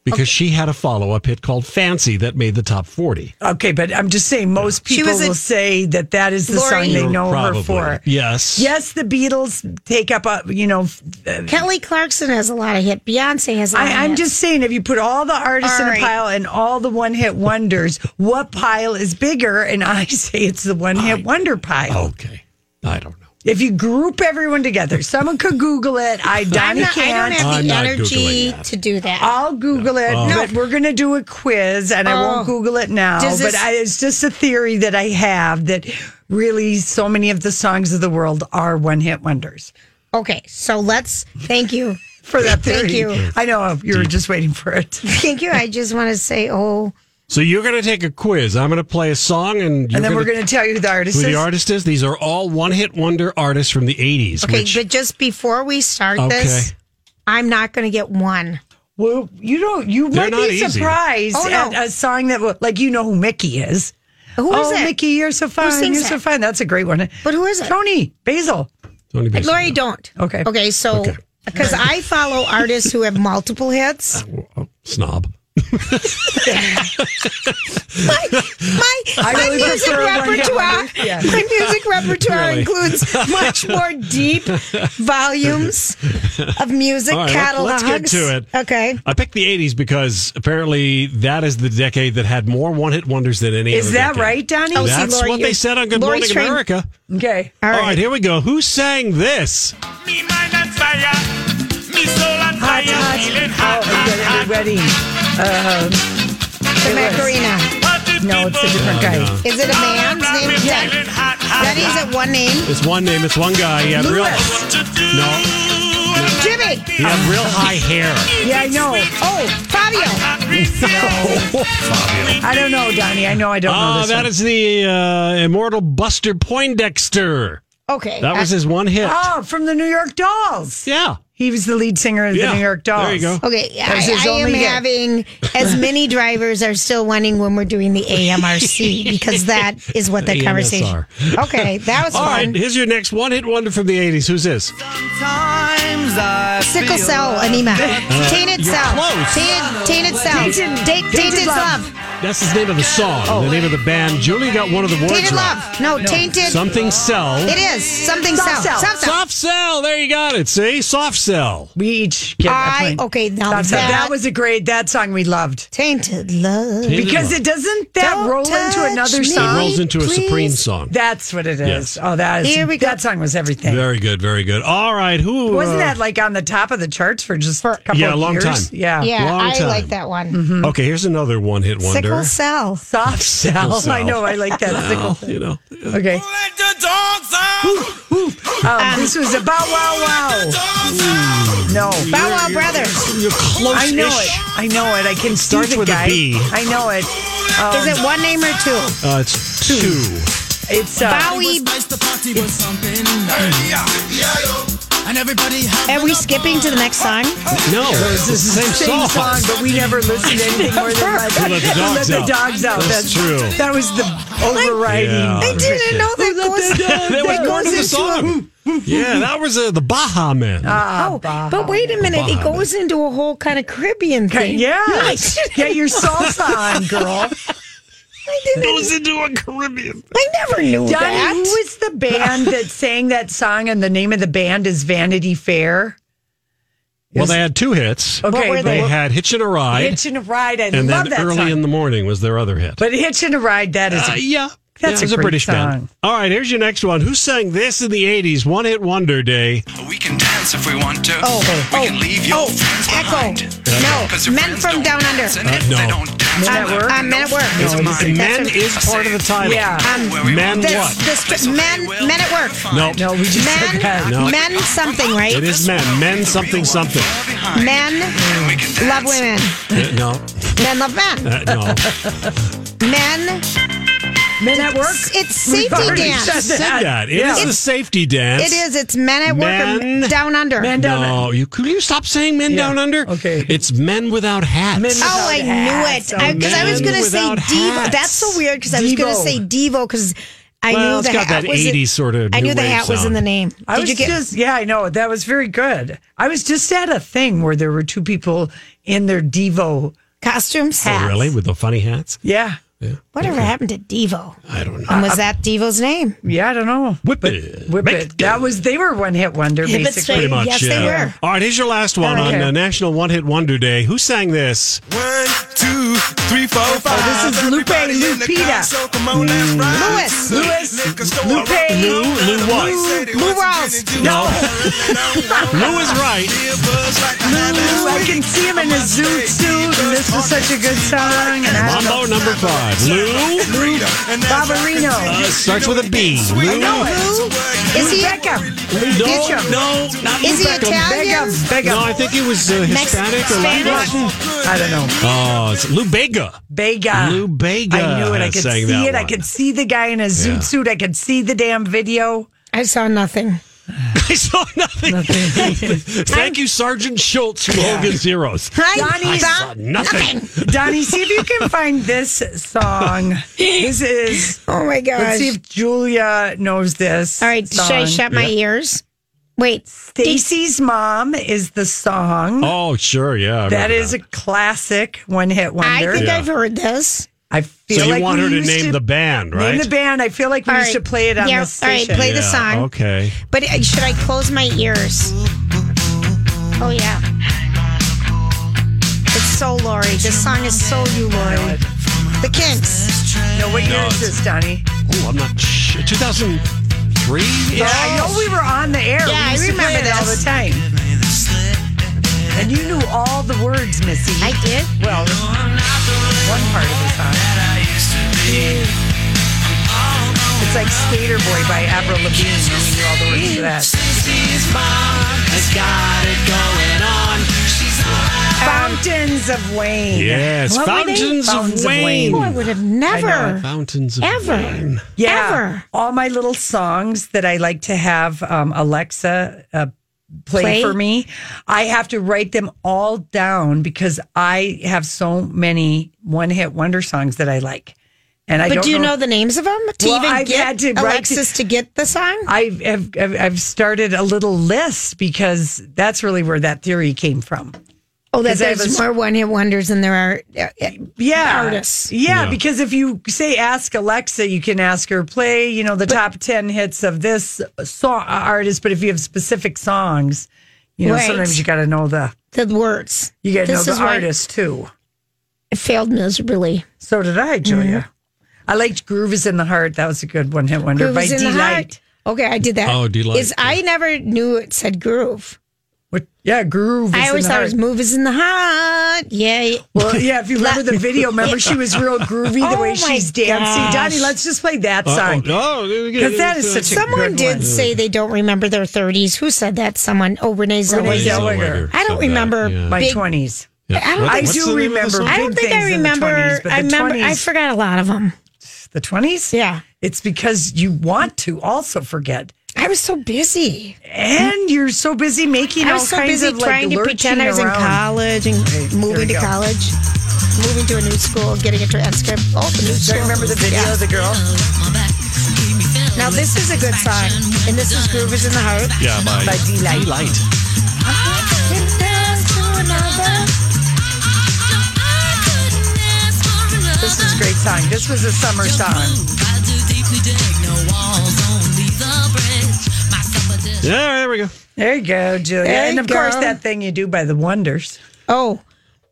Speaker 3: because she had a follow up hit called Fancy that made the top 40.
Speaker 4: okay, but I'm just saying, most
Speaker 5: She
Speaker 4: people
Speaker 5: was a-
Speaker 4: will say that that is the
Speaker 5: Lori-
Speaker 4: song they know
Speaker 3: Probably.
Speaker 4: her for.
Speaker 3: Yes.
Speaker 4: Yes, the Beatles take up, uh, you know, f- uh,
Speaker 5: Kelly Clarkson has a lot of hit. Beyonce has. a lot of
Speaker 4: I, I'm
Speaker 5: hits.
Speaker 4: just saying, if you put all the artists
Speaker 5: All
Speaker 4: in a
Speaker 5: right.
Speaker 4: pile and all the one hit wonders, what pile is bigger? And I [LAUGHS] say it's the one hit wonder pile.
Speaker 3: Okay. I don't know.
Speaker 4: If you group everyone together, someone could Google it. I
Speaker 5: I'm
Speaker 4: Donnie
Speaker 5: not, I don't
Speaker 4: can't.
Speaker 5: have
Speaker 3: I'm
Speaker 5: the
Speaker 3: not Googling
Speaker 5: energy
Speaker 3: that.
Speaker 5: to do that.
Speaker 4: I'll Google it,
Speaker 3: Oh.
Speaker 4: but we're going to do a quiz, and I
Speaker 5: Oh.
Speaker 4: won't Google it now.
Speaker 5: Does this-
Speaker 4: but I, it's just a theory that I have that really so many of the songs of the world are one hit wonders.
Speaker 5: Okay, so let's thank you
Speaker 4: For [LAUGHS]
Speaker 5: [LAUGHS]
Speaker 4: that theory,
Speaker 5: Thank you.
Speaker 4: I know you were just waiting for it.
Speaker 5: Thank you. I just want to say, oh,
Speaker 3: So you're going to take a quiz. I'm going to play a song and you're
Speaker 4: and then
Speaker 3: gonna
Speaker 4: we're going to tell you who the artist
Speaker 3: who
Speaker 4: is.
Speaker 3: the artist is. These are all one hit wonder artists from the 80s.
Speaker 5: okay.
Speaker 3: which-
Speaker 5: but just before we start this,
Speaker 3: Okay.
Speaker 5: I'm not going to get one.
Speaker 4: Well, you don't. You
Speaker 3: They're
Speaker 4: might
Speaker 3: not
Speaker 4: be
Speaker 3: easy.
Speaker 4: surprised
Speaker 5: Oh, no.
Speaker 4: at a song that, will- like, you know who Mickey is.
Speaker 5: Who is
Speaker 4: oh,
Speaker 5: it?
Speaker 4: Mickey, you're so fine.
Speaker 5: sings
Speaker 4: You're so
Speaker 5: that?
Speaker 4: fine. That's a great one.
Speaker 5: But who is it?
Speaker 4: Tony Basil.
Speaker 3: Tony Basil.
Speaker 5: Lori, don't.
Speaker 4: Okay.
Speaker 5: Okay. So,
Speaker 3: Okay.
Speaker 5: because I follow artists who have multiple hits,
Speaker 3: Oh, snob.
Speaker 5: my my, my
Speaker 4: really
Speaker 5: music
Speaker 4: prefer one-hit
Speaker 5: repertoire,
Speaker 4: wonders. Yeah.
Speaker 5: my music repertoire
Speaker 3: Really?
Speaker 5: includes much more deep volumes of music
Speaker 3: All right,
Speaker 5: catalogs.
Speaker 3: let's get to it.
Speaker 5: Okay.
Speaker 3: I picked the 80s because apparently that is the decade that had more one hit wonders than any
Speaker 4: Is
Speaker 3: other
Speaker 4: that
Speaker 3: decade.
Speaker 4: right, Donnie?
Speaker 5: Oh, see,
Speaker 3: That's
Speaker 5: Lori,
Speaker 3: what they
Speaker 5: you're-
Speaker 3: said on Good
Speaker 5: Lori's
Speaker 3: Morning
Speaker 5: trained-
Speaker 3: America.
Speaker 4: Okay.
Speaker 5: All
Speaker 3: All
Speaker 5: right.
Speaker 3: right, here we go. Who sang this?
Speaker 12: Me mind on fire. Me soul on
Speaker 4: Hot,
Speaker 12: fire. Feeling hot,
Speaker 4: hot. Oh,
Speaker 12: hot,
Speaker 4: again
Speaker 12: hot.
Speaker 4: at a wedding. Um,
Speaker 5: The Macarena.
Speaker 12: Party
Speaker 4: no, it's a
Speaker 12: people.
Speaker 4: different
Speaker 3: Oh,
Speaker 4: guy.
Speaker 5: Is it a man's
Speaker 12: Rock
Speaker 5: name?
Speaker 12: me
Speaker 5: Yeah.
Speaker 12: feeling hot, hot,
Speaker 5: That is it one name.
Speaker 3: It's one name. It's one guy. He had real,
Speaker 4: Lewis.
Speaker 12: hot. What to do
Speaker 3: No.
Speaker 12: when I'm
Speaker 5: Jimmy.
Speaker 3: he had
Speaker 4: [LAUGHS]
Speaker 3: real high hair.
Speaker 4: Yeah, I know.
Speaker 5: Oh, Fabio.
Speaker 12: not real.
Speaker 4: I don't know, Donnie. I know I don't know
Speaker 3: Ah,
Speaker 4: this
Speaker 3: that
Speaker 4: one.
Speaker 3: is the uh, immortal Buster Poindexter.
Speaker 5: [LAUGHS] Okay.
Speaker 3: That was his one hit.
Speaker 4: Oh, from the New York Dolls.
Speaker 3: Yeah.
Speaker 4: He was the lead singer of
Speaker 3: Yeah,
Speaker 4: the New York Dolls.
Speaker 3: there you go.
Speaker 5: Okay,
Speaker 4: That was
Speaker 5: I,
Speaker 4: his
Speaker 5: I am
Speaker 4: only hit.
Speaker 5: having as many drivers are still winning when we're doing the AMRC because that is what that conversation.
Speaker 3: AMSR.
Speaker 5: Okay, that was
Speaker 3: All right,
Speaker 5: fun.
Speaker 3: here's your next one hit wonder from the 80s. Who's this?
Speaker 12: Sometimes I
Speaker 5: Sickle
Speaker 12: feel
Speaker 5: cell
Speaker 12: like-
Speaker 5: anemia, tainted
Speaker 3: you're
Speaker 5: cell,
Speaker 3: close.
Speaker 5: tainted, tainted cell,
Speaker 4: Tainted-
Speaker 5: Ta- tainted,
Speaker 4: tainted
Speaker 5: love.
Speaker 4: love.
Speaker 3: That's the name of the song. The name of the band. Julie got one of the words
Speaker 5: Tainted
Speaker 3: right.
Speaker 5: Love. No, Tainted.
Speaker 3: Something sell.
Speaker 5: It is. Something
Speaker 4: Soft sell.
Speaker 5: sell. Soft sell.
Speaker 3: Soft sell. There you got it. See, soft sell.
Speaker 4: We each get
Speaker 5: I-
Speaker 4: that point.
Speaker 5: okay, now
Speaker 4: That's-
Speaker 5: that-
Speaker 4: that, was a great that song we loved.
Speaker 5: Tainted love.
Speaker 3: Tainted
Speaker 4: because
Speaker 3: Love.
Speaker 4: it doesn't that
Speaker 5: Don't
Speaker 4: roll into
Speaker 5: touch
Speaker 4: another
Speaker 5: me,
Speaker 4: song.
Speaker 3: It rolls into a Supreme
Speaker 5: please.
Speaker 3: song.
Speaker 4: That's what it is.
Speaker 3: Yes.
Speaker 4: Oh, that is
Speaker 5: Here we go.
Speaker 4: that song was everything.
Speaker 3: Very good. Very good. All right. Who
Speaker 4: Wasn't
Speaker 3: uh,
Speaker 4: that like on the top of the charts for just a couple
Speaker 3: Yeah,
Speaker 4: of
Speaker 3: a long
Speaker 4: years?
Speaker 3: time.
Speaker 4: Yeah. [LAUGHS] Mm.
Speaker 5: Yeah,
Speaker 3: Long
Speaker 5: I
Speaker 3: time.
Speaker 5: like that one.
Speaker 3: Okay, here's another one-hit wonder.
Speaker 5: Sickle cell.
Speaker 4: Soft
Speaker 3: Sickle
Speaker 4: cell. I know. I like
Speaker 3: [LAUGHS]
Speaker 4: that.
Speaker 3: Well,
Speaker 4: Sickle.
Speaker 3: you know.
Speaker 4: Okay.
Speaker 12: Let the dogs out.
Speaker 4: Um, this was about wow wow. No.
Speaker 5: Bow Wow Brothers.
Speaker 3: You're close.
Speaker 4: I know it. I know it. I can see
Speaker 3: Starts
Speaker 4: the
Speaker 3: with a
Speaker 4: guy.
Speaker 3: B.
Speaker 4: I know it.
Speaker 5: Is it one name or two?
Speaker 3: Uh, it's two.
Speaker 4: It's uh,
Speaker 5: Bowie.
Speaker 12: And everybody had
Speaker 5: Are we skipping to the next song?
Speaker 3: No,
Speaker 4: [LAUGHS]
Speaker 3: it's the same,
Speaker 4: same song, but we never listened to anything more
Speaker 5: [LAUGHS]
Speaker 4: than like
Speaker 3: Let the dogs
Speaker 4: Let
Speaker 3: out.
Speaker 4: the dogs out.
Speaker 3: That's true.
Speaker 4: That was the overriding.
Speaker 3: Yeah. I
Speaker 5: Didn't know [LAUGHS] that goes.
Speaker 3: that was part of the song. yeah, that was uh, the Baha Man.
Speaker 4: Uh,
Speaker 5: Oh, but wait a minute. It goes into a whole kind of Caribbean thing.
Speaker 4: Yeah.
Speaker 5: Nice.
Speaker 4: Get your salsa
Speaker 5: [LAUGHS]
Speaker 4: on, girl.
Speaker 5: I didn't.
Speaker 3: into a Caribbean.
Speaker 5: [LAUGHS] I never knew
Speaker 4: Donnie,
Speaker 5: that.
Speaker 4: who was the band that sang that song and the name of the band is Vanity Fair?
Speaker 3: Well, they had two hits.
Speaker 4: Okay,
Speaker 5: were
Speaker 3: They
Speaker 4: but
Speaker 3: had Hitchin' a Ride,
Speaker 4: Hitchin' a Ride. I
Speaker 3: and then
Speaker 4: love that
Speaker 3: Early
Speaker 4: song.
Speaker 3: in the Morning was their other hit.
Speaker 4: but Hitchin' a Ride, that is
Speaker 3: Uh, yeah, yeah, it
Speaker 4: that's
Speaker 3: was
Speaker 4: a
Speaker 3: a,
Speaker 4: great
Speaker 3: British band.
Speaker 4: song.
Speaker 3: All right, here's your next one. Who sang this in the '80s? One Hit Wonder Day.
Speaker 12: We can dance if we want to.
Speaker 5: Oh,
Speaker 12: we
Speaker 5: oh,
Speaker 12: can leave your
Speaker 5: oh,
Speaker 12: friends
Speaker 5: Echo.
Speaker 12: behind.
Speaker 5: No,
Speaker 12: 'Cause your
Speaker 5: Men
Speaker 12: friends
Speaker 5: from
Speaker 12: don't
Speaker 5: Down Under.
Speaker 12: dance, and
Speaker 3: Uh,
Speaker 12: if
Speaker 3: no.
Speaker 12: they don't dance,
Speaker 4: Men at
Speaker 12: then
Speaker 4: Work?
Speaker 12: I
Speaker 5: Uh, Men at Work.
Speaker 12: know
Speaker 3: It's
Speaker 4: it
Speaker 12: mine.
Speaker 4: isn't.
Speaker 3: Men
Speaker 5: right.
Speaker 3: is part of the title.
Speaker 4: Yeah.
Speaker 5: Um,
Speaker 3: Men
Speaker 5: the,
Speaker 3: what?
Speaker 5: the sp- men, men at work.
Speaker 3: Nope.
Speaker 4: No, Oh, we just
Speaker 5: Men,
Speaker 4: okay.
Speaker 3: No.
Speaker 5: men something, right?
Speaker 3: It is men. Men something something.
Speaker 5: Men love women.
Speaker 3: Uh, no,
Speaker 5: Men love men.
Speaker 3: uh,
Speaker 4: [LAUGHS]
Speaker 3: no. Uh,
Speaker 5: Men,
Speaker 4: Men at Work.
Speaker 5: it's safety
Speaker 4: already
Speaker 5: dance.
Speaker 4: said
Speaker 3: Said that. It is
Speaker 4: Yeah.
Speaker 3: the safety dance.
Speaker 5: It is. It's men at work
Speaker 3: Men-
Speaker 5: and down under.
Speaker 4: Men down
Speaker 3: No, you could you stop saying men
Speaker 4: Yeah.
Speaker 3: down under?
Speaker 4: Okay.
Speaker 3: It's men without hats.
Speaker 4: Men without-
Speaker 5: Oh, I
Speaker 4: hats.
Speaker 5: knew it. Because I, was
Speaker 3: Men
Speaker 5: going to say
Speaker 3: without
Speaker 5: Devo.
Speaker 3: hats.
Speaker 5: That's so weird because I was going to
Speaker 4: Devo.
Speaker 5: say Devo because I
Speaker 3: Well,
Speaker 5: knew
Speaker 3: it's
Speaker 5: the
Speaker 3: got
Speaker 5: hat
Speaker 3: that
Speaker 5: was
Speaker 3: 80s sort of
Speaker 5: I
Speaker 3: new
Speaker 5: knew the
Speaker 3: wave
Speaker 5: hat was in
Speaker 3: sound.
Speaker 5: the name. Did
Speaker 4: I was
Speaker 5: you get?
Speaker 4: just yeah, I know that was very good. I was just at a thing where there were two people in their Devo.
Speaker 5: Costumes?
Speaker 3: Oh, really? With the funny hats?
Speaker 4: Yeah,
Speaker 5: Whatever happened to Devo?
Speaker 3: I don't know.
Speaker 5: And was that Devo's name?
Speaker 4: yeah, I don't know.
Speaker 3: Whip
Speaker 4: But-
Speaker 3: it.
Speaker 4: whip
Speaker 3: Make
Speaker 4: it. That was they were one hit wonder
Speaker 5: Yeah, but
Speaker 4: basically.
Speaker 5: say-
Speaker 3: Pretty much.
Speaker 5: Yes,
Speaker 3: yeah.
Speaker 5: they were.
Speaker 3: All right, here's your last one
Speaker 4: All right.
Speaker 3: on uh,
Speaker 4: Okay.
Speaker 3: National One Hit Wonder Day. Who sang this?
Speaker 12: One, two, three, four, five.
Speaker 4: Oh, this is Lupe
Speaker 12: Everybody in the
Speaker 4: Lupita.
Speaker 12: car, so come on and ride.
Speaker 5: Louis.
Speaker 4: Louis.
Speaker 12: Liquor store,
Speaker 4: Lupe.
Speaker 12: rock and roll.
Speaker 3: Lou- Lou what?
Speaker 12: Say they
Speaker 5: Lou
Speaker 12: want some
Speaker 5: Rawls.
Speaker 12: gin and
Speaker 3: [LAUGHS]
Speaker 12: juice.
Speaker 3: No.
Speaker 12: Lou
Speaker 3: Lou is right.
Speaker 4: Ooh, I can see him in his zoot suit, and this is such a good song. And I don't know.
Speaker 3: Mambo number five. Lou uh,
Speaker 4: Barbarino.
Speaker 3: starts with a B. Lou.
Speaker 4: I know it.
Speaker 5: Is he?
Speaker 4: Beckham.
Speaker 3: No,
Speaker 4: Beckham.
Speaker 3: no, not
Speaker 5: Is he
Speaker 3: Beckham.
Speaker 5: Italian?
Speaker 4: Beckham. Beckham.
Speaker 3: No, I think he was uh,
Speaker 5: Mex-
Speaker 3: Hispanic or Latin.
Speaker 5: Spanish?
Speaker 4: I don't know.
Speaker 3: Oh, it's Lou Bega. [LAUGHS]
Speaker 4: Bega.
Speaker 3: Lou Bega
Speaker 4: I knew it. I could
Speaker 3: sang
Speaker 4: see
Speaker 3: that
Speaker 4: it. I
Speaker 3: one.
Speaker 4: could see the guy in a zoot
Speaker 3: Yeah.
Speaker 4: suit. I could see the damn video.
Speaker 5: I saw nothing.
Speaker 3: I saw nothing. Thank you, Sergeant Schultz from Hogan's Heroes.
Speaker 5: Hi,
Speaker 4: Donnie.
Speaker 5: Don-
Speaker 3: Nothing.
Speaker 4: Donnie, see if
Speaker 3: [LAUGHS]
Speaker 4: you can find this song. This is.
Speaker 5: [LAUGHS] Oh my gosh!
Speaker 4: Let's see if Julia knows this.
Speaker 5: All right, should I
Speaker 4: song.
Speaker 5: shut my ears? Wait,
Speaker 4: Stacy's mom is the song.
Speaker 3: Oh, sure, yeah. I remember
Speaker 4: that is a classic one-hit wonder.
Speaker 5: I think
Speaker 3: Yeah.
Speaker 5: I've heard this.
Speaker 4: I feel
Speaker 3: So you
Speaker 4: like
Speaker 3: want
Speaker 4: we
Speaker 3: her to
Speaker 4: used
Speaker 3: name the band, right?
Speaker 4: Name the band. I feel like we
Speaker 5: All
Speaker 4: used
Speaker 5: right.
Speaker 4: to play it on
Speaker 5: Yeah,
Speaker 4: the
Speaker 5: all right,
Speaker 4: station.
Speaker 5: play the
Speaker 3: Yeah,
Speaker 5: song.
Speaker 3: Okay.
Speaker 5: But uh, should I close my ears? Oh yeah. It's so Lori. This song is so you, Lori. The Kinks.
Speaker 4: No, what year
Speaker 3: No,
Speaker 4: is this, Donnie?
Speaker 3: Oh, I'm not. Sh- 2003.
Speaker 4: Yeah, I know we were on the air.
Speaker 5: Yeah,
Speaker 4: we
Speaker 5: I
Speaker 4: used to play
Speaker 5: remember
Speaker 4: it all
Speaker 5: this.
Speaker 4: the time. And you knew all the words, Missy.
Speaker 5: I did.
Speaker 4: well, one part of the song. It's like Skater Boy by Avril Lavigne. You knew all the words to that. Fountains of Wayne.
Speaker 3: Yes,
Speaker 4: What were they?
Speaker 3: Fountains of
Speaker 4: Fountains
Speaker 3: Wayne.
Speaker 5: Oh, I would have never,
Speaker 3: Fountains of
Speaker 5: ever,
Speaker 3: Wayne.
Speaker 4: Yeah.
Speaker 5: ever.
Speaker 4: All my little songs that I like to have um, Alexa uh, play,
Speaker 5: Play?
Speaker 4: for me, I have to write them all down because I have so many one hit wonder songs that I like. And I
Speaker 5: But
Speaker 4: don't
Speaker 5: do you know, the names of them to
Speaker 4: Well,
Speaker 5: even
Speaker 4: I've
Speaker 5: get
Speaker 4: had to write to-
Speaker 5: Alexis to get the song?
Speaker 4: I've, I've I've- I've started a little list because that's really where that theory came from.
Speaker 5: Oh, that
Speaker 4: 'Cause I have a
Speaker 5: there's
Speaker 4: s-
Speaker 5: more one hit wonders than there are uh, uh,
Speaker 4: yeah,
Speaker 5: artists.
Speaker 4: Yeah, because if you say ask Alexa, you can ask her play, you know, the top 10 hits of this song artist, but if you have specific songs, you know,
Speaker 5: Right.
Speaker 4: sometimes you got to know the
Speaker 5: the words.
Speaker 4: You got to know
Speaker 5: This
Speaker 4: the
Speaker 5: is why-
Speaker 4: artist too.
Speaker 5: It failed miserably.
Speaker 4: So did I, Julia. Mm-hmm. I liked Groove is in the Heart. That was a good one hit wonder
Speaker 5: Groove
Speaker 4: by
Speaker 5: is in the
Speaker 4: Delight.
Speaker 5: heart. Okay, I did that.
Speaker 4: Oh, Delight,
Speaker 5: Is I never knew it said groove.
Speaker 4: What? Yeah, groove.
Speaker 5: I
Speaker 4: is
Speaker 5: always
Speaker 4: in the
Speaker 5: thought it was
Speaker 4: heart.
Speaker 5: move is in the heart. Yeah.
Speaker 4: Well, yeah, if you remember the video, remember she was
Speaker 5: [LAUGHS]
Speaker 4: real groovy the
Speaker 5: Oh
Speaker 4: way
Speaker 5: my
Speaker 4: she's dancing.
Speaker 5: gosh.
Speaker 4: Donnie, let's just play
Speaker 3: Uh,
Speaker 4: that
Speaker 3: oh,
Speaker 4: song. because that is such a
Speaker 5: Someone
Speaker 4: good
Speaker 5: did
Speaker 4: one.
Speaker 5: say they don't remember their 30s. Who said that? Someone. Oh, Renee Zellweger.
Speaker 4: Renee Zellweger
Speaker 5: I
Speaker 4: said
Speaker 5: don't
Speaker 4: that,
Speaker 5: remember
Speaker 4: yeah. My 20s. Yeah.
Speaker 5: I, don't
Speaker 4: What-
Speaker 5: think-
Speaker 4: I do remember
Speaker 5: I don't
Speaker 4: big
Speaker 5: think
Speaker 4: things
Speaker 5: I
Speaker 4: in the
Speaker 5: remember.
Speaker 4: 20s, but
Speaker 5: I
Speaker 4: the
Speaker 5: remember. I
Speaker 4: 20s
Speaker 5: forgot a lot of them.
Speaker 4: the twenties.
Speaker 5: Yeah,
Speaker 4: it's because you want to also forget.
Speaker 5: I was so busy,
Speaker 4: and you're so busy making.
Speaker 5: Mm-hmm. I
Speaker 4: all
Speaker 5: was so
Speaker 4: kinds
Speaker 5: busy
Speaker 4: of, like,
Speaker 5: trying to pretend I was
Speaker 4: lurching
Speaker 5: in
Speaker 4: around.
Speaker 5: college and moving to
Speaker 4: go.
Speaker 5: college, moving to a new school, getting a transcript. Oh, the
Speaker 4: So
Speaker 5: new school.
Speaker 4: you remember the video of the girl?
Speaker 5: Now this is a good song, and this is "Groove Is in the Heart."
Speaker 3: Yeah, by,
Speaker 5: By Delight.
Speaker 4: This is a great song. This was a summer song.
Speaker 3: Yeah, there we go.
Speaker 4: There you go, Julia.
Speaker 3: There
Speaker 4: and
Speaker 3: you
Speaker 4: of course,
Speaker 3: go.
Speaker 4: that thing you do by the Wonders.
Speaker 5: Oh,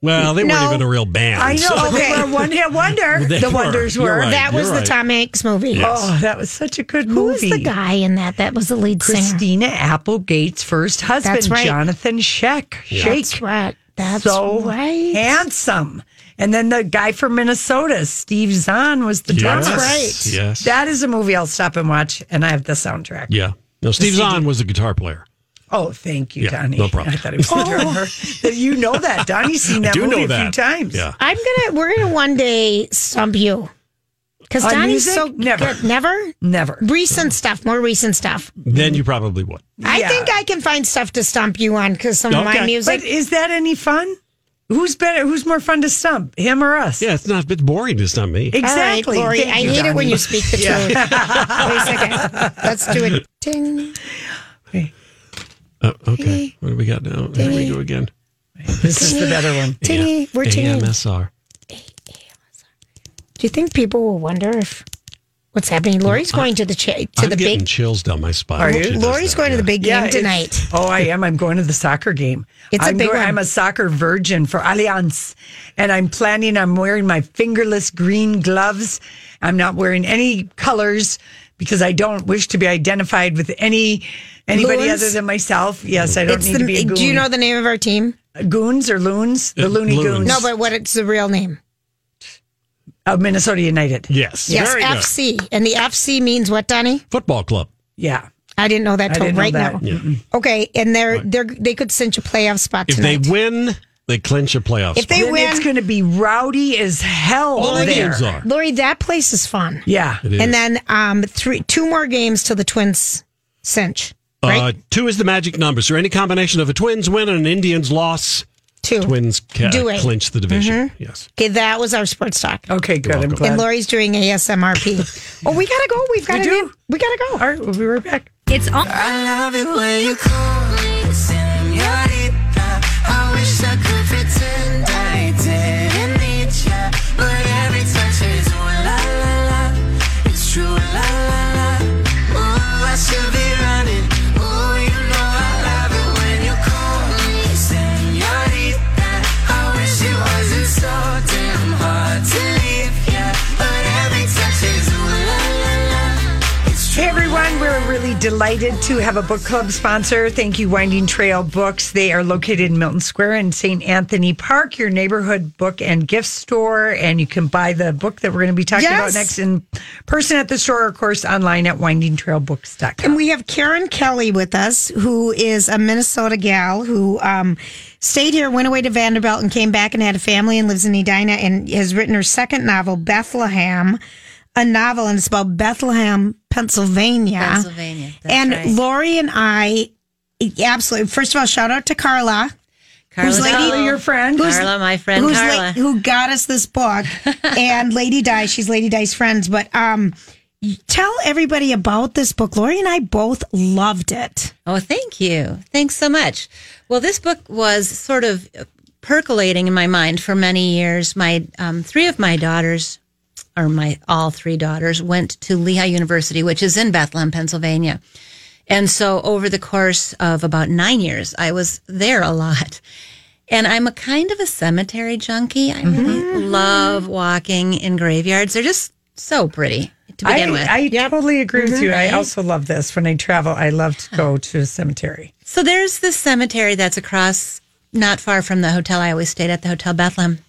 Speaker 3: Well, they
Speaker 5: No.
Speaker 3: weren't even a real band.
Speaker 4: I know.
Speaker 3: so-
Speaker 4: They were a one hit wonder.
Speaker 3: [LAUGHS] They
Speaker 4: the
Speaker 3: were.
Speaker 4: Wonders
Speaker 3: You're
Speaker 4: were.
Speaker 3: right.
Speaker 5: that was
Speaker 3: You're
Speaker 5: the
Speaker 3: right.
Speaker 5: Tom Hanks movie.
Speaker 3: Yes.
Speaker 4: Oh, that was such a good
Speaker 5: Who
Speaker 4: movie.
Speaker 5: was the guy in that? That was the lead singer.
Speaker 4: Christina Applegate's first husband,
Speaker 5: That's right.
Speaker 4: Jonathan Sheck.
Speaker 5: Yeah.
Speaker 4: Shake.
Speaker 5: That's right. That's
Speaker 4: so
Speaker 5: right.
Speaker 4: handsome. And then the guy from Minnesota, Steve Zahn, was the
Speaker 3: Yes.
Speaker 4: drummer.
Speaker 3: That's right. Yes.
Speaker 4: That is a movie I'll stop and watch, and I have the soundtrack.
Speaker 3: Yeah. No, Steve Zahn was a guitar player.
Speaker 4: Oh, thank you,
Speaker 3: Yeah,
Speaker 4: Donnie.
Speaker 3: no problem.
Speaker 4: I thought it was
Speaker 3: [LAUGHS]
Speaker 4: the drummer. That You know that. Donnie's seen that
Speaker 3: do
Speaker 4: movie
Speaker 3: know
Speaker 4: a
Speaker 3: that.
Speaker 4: few times.
Speaker 3: Yeah.
Speaker 5: I'm gonna. We're gonna one day stump you. Because
Speaker 4: On
Speaker 5: Donnie's
Speaker 4: music?
Speaker 5: so
Speaker 4: Never.
Speaker 5: good. Never?
Speaker 4: Never.
Speaker 5: Recent stuff, more recent stuff.
Speaker 3: Then you probably would.
Speaker 5: I
Speaker 4: Yeah.
Speaker 5: think I can find stuff to stump you on because some of my
Speaker 3: Okay.
Speaker 5: music.
Speaker 4: But is that any fun? Who's better? Who's more fun to stump, him or us?
Speaker 3: Yeah, it's not. It's boring. It's not me.
Speaker 5: All right,
Speaker 4: Exactly.
Speaker 5: Lori,
Speaker 4: Thank
Speaker 5: I
Speaker 4: you,
Speaker 5: hate it when
Speaker 4: Donnie.
Speaker 5: you speak the
Speaker 4: Yeah. [LAUGHS]
Speaker 5: truth. Wait a second. Let's do it. Ding.
Speaker 3: Uh, okay. What do we got now? Here we go again.
Speaker 4: This is the better one.
Speaker 5: Tingy. We're tingy.
Speaker 3: AMSR.
Speaker 5: Do you think people will wonder if what's happening? Lori's going to the cha- to
Speaker 3: I'm
Speaker 5: the
Speaker 3: getting
Speaker 5: big.
Speaker 3: chills down my spine.
Speaker 4: Are
Speaker 3: when she
Speaker 4: you?
Speaker 3: does
Speaker 5: Lori's
Speaker 3: that,
Speaker 5: going to the big game
Speaker 4: it's-
Speaker 5: tonight.
Speaker 4: Oh, I am. I'm going to the soccer game.
Speaker 5: It's a
Speaker 4: I'm
Speaker 5: big one.
Speaker 4: I'm a soccer virgin for Allianz, and I'm planning. I'm wearing my fingerless green gloves. I'm not wearing any colors because I don't wish to be identified with any anybody
Speaker 5: Loons?
Speaker 4: other than myself. Yes, I don't
Speaker 5: It's
Speaker 4: need to be a
Speaker 5: the,
Speaker 4: goon.
Speaker 5: do you know the name of our team?
Speaker 4: goons or loons? The
Speaker 3: Uh,
Speaker 4: Looney
Speaker 3: loons.
Speaker 4: Goons
Speaker 5: No, but what it's the real name?
Speaker 4: of Minnesota United.
Speaker 3: Yes.
Speaker 5: Yes,
Speaker 3: Very good.
Speaker 5: FC. And the FC means what, Donnie?
Speaker 3: Football club.
Speaker 4: Yeah,
Speaker 5: I didn't know that
Speaker 4: I
Speaker 5: till
Speaker 4: didn't know
Speaker 5: right
Speaker 4: that.
Speaker 5: now.
Speaker 3: Yeah.
Speaker 5: Okay, and they're they're they could cinch a playoff spot
Speaker 3: If
Speaker 5: tonight.
Speaker 3: they win, they clinch a playoff
Speaker 5: If they
Speaker 3: spot.
Speaker 4: Then
Speaker 5: win-
Speaker 4: it's going to be rowdy as hell
Speaker 3: All the
Speaker 4: there.
Speaker 3: games are.
Speaker 5: Lori, that place is fun.
Speaker 4: Yeah,
Speaker 3: Oh. It is.
Speaker 5: And then um three two more games till the Twins cinch. Right?
Speaker 3: uh, two is the magic number. So any combination of a Twins win and an Indians loss,
Speaker 5: two.
Speaker 3: Twins ca-
Speaker 5: Do it. Mm-hmm.
Speaker 3: clinch the division. Yes.
Speaker 5: Okay, that was our sports talk.
Speaker 4: Okay, good. I'm glad.
Speaker 5: And Lori's doing ASMRP. oh, we gotta go. We've got
Speaker 4: We
Speaker 5: to
Speaker 4: do.
Speaker 5: We gotta go.
Speaker 4: All right, we'll be right back.
Speaker 6: It's on. I love it when you call me senorita. I wish I could pretend I didn't need ya, but every touch is ooh la la la. It's true la la la. Ooh, I should be running. Ooh, you know I love it when you call me senorita. I wish it wasn't so damn hard to leave ya, but every touch is ooh la la la. It's true.
Speaker 4: Hey everyone, we're really delighted to have a book club sponsor. Thank you, Winding Trail Books. They are located in Milton Square in St. Anthony Park, your neighborhood book and gift store. And you can buy the book that we're going to be talking
Speaker 5: Yes.
Speaker 4: about next in person at the store, or of course, online at windingtrailbooks.com.
Speaker 5: And we have Karen Kelly with us, who is a Minnesota gal who um, stayed here, went away to Vanderbilt, and came back and had a family and lives in Edina and has written her second novel, Bethlehem, a novel, and it's about Bethlehem, Pennsylvania.
Speaker 13: Pennsylvania. That's
Speaker 5: and
Speaker 13: right.
Speaker 5: Lori and I, absolutely. First of all, shout out to Carla.
Speaker 13: Carla,
Speaker 5: who's lady-
Speaker 4: Carla, your friend.
Speaker 5: who's-
Speaker 13: Carla, my friend
Speaker 5: who's la-
Speaker 13: Carla.
Speaker 5: who got us
Speaker 13: [LAUGHS]
Speaker 5: this book, and Lady Di. She's Lady Di's friends, but um, tell everybody about this book. Lori and I both loved it.
Speaker 13: Oh, thank you. Thanks so much. Well, this book was sort of percolating in my mind for many years. My um, three of my daughters, or my all three daughters, went to Lehigh University, which is in Bethlehem, Pennsylvania. And so over the course of about nine years, I was there a lot. And I'm a kind of a cemetery junkie. I really love walking in graveyards. They're just so pretty to begin
Speaker 4: I,
Speaker 13: with.
Speaker 4: I totally agree with
Speaker 13: Mhm.
Speaker 4: you. I
Speaker 13: Right?
Speaker 4: also love this. When I travel, I love to go to a cemetery.
Speaker 13: So there's this cemetery that's across, not far from the hotel I always stayed at, the Hotel Bethlehem.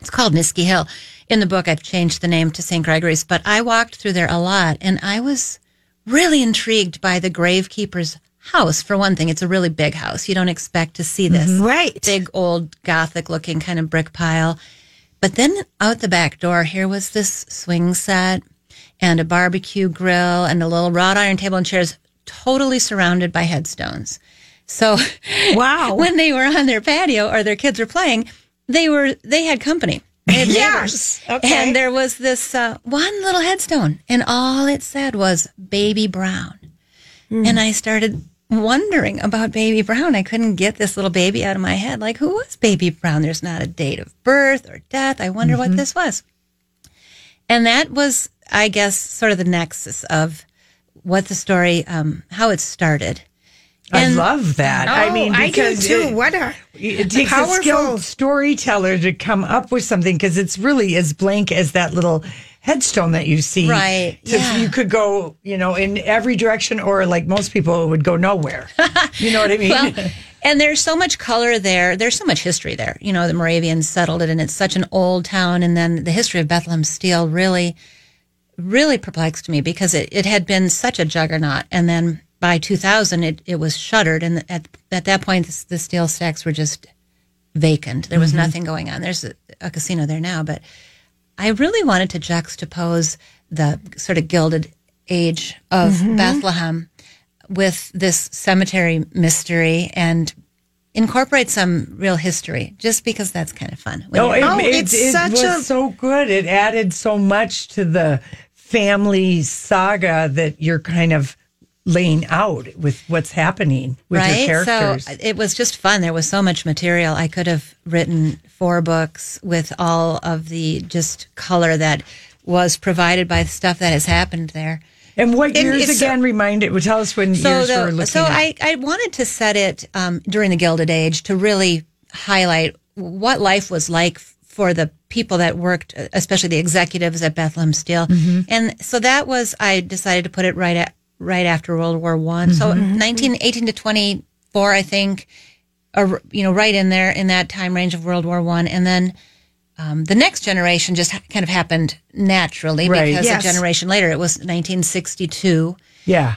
Speaker 13: It's called Niski Hill. In the book, I've changed the name to St. Gregory's, but I walked through there a lot and I was really intrigued by the gravekeeper's house. For one thing, it's a really big house. You don't expect to see this. Right.
Speaker 5: [LAUGHS]
Speaker 13: [LAUGHS] Big, old, gothic looking kind of brick pile. But then out the back door, here was this swing set and a barbecue grill and a little wrought iron table and chairs, totally surrounded by headstones. So, wow! when they were on their patio or their kids were playing, they were they had company. They had
Speaker 5: [LAUGHS] Yes.
Speaker 13: neighbors.
Speaker 5: Okay.
Speaker 13: And there was this uh, one little headstone, and all it said was "Baby Brown,"
Speaker 4: Hmm.
Speaker 13: and I started wondering about Baby Brown. I couldn't get this little baby out of my head. Like, who was Baby Brown? There's not a date of birth or death. I wonder
Speaker 4: Mm-hmm.
Speaker 13: what this was. And that was, I guess, sort of the nexus of what the story, um, how it started.
Speaker 4: I love that. Oh, I mean, because it-
Speaker 5: what a
Speaker 4: It takes a skilled storyteller to come up with something because it's really as blank as that little headstone that you see.
Speaker 13: Right,
Speaker 4: 'Cause You could go, you know, in every direction, or like most people, it would go nowhere. you know what [LAUGHS] I mean?
Speaker 13: Well, [LAUGHS] and there's so much color there. There's so much history there. You know, the Moravians settled it, and it's such an old town. And then the history of Bethlehem Steel really, really perplexed me because it, it had been such a juggernaut. And then by 2000, it, it was shuttered. And at, at that point, the, the steel stacks were just vacant. There was
Speaker 14: Mhm.
Speaker 13: nothing going on. There's a, a casino there now, but I really wanted to juxtapose the sort of gilded age of
Speaker 14: Mhm.
Speaker 13: Bethlehem with this cemetery mystery and incorporate some real history just because that's kind of fun. When
Speaker 4: [LAUGHS] No,
Speaker 13: you're-
Speaker 4: it, it, it was so good. It added so much to the family saga that you're kind of laying out with what's happening with your characters.
Speaker 13: So it was just fun. There was so much material. I could have written four books with all of the just color that was provided by the stuff that has happened there.
Speaker 4: and what years again? remind it. Tell us when years
Speaker 13: the-
Speaker 4: we're looking
Speaker 13: so
Speaker 4: at.
Speaker 13: I, I wanted to set it um, during the Gilded Age to really highlight what life was like f- for the people that worked, uh, especially the executives at Bethlehem Steel.
Speaker 4: Mm-hmm.
Speaker 14: Mhm.
Speaker 13: And so that was, I decided to put it right at, right after World War One. So
Speaker 4: Mm-hmm.
Speaker 14: Mhm.
Speaker 13: 19, 18 to 24, I think, or, you know, right in there in that time range of World War One. And then um, the next generation just ha- kind of happened naturally
Speaker 4: Right.
Speaker 13: because
Speaker 4: Yes.
Speaker 13: a generation later, it was 1962.
Speaker 4: yeah.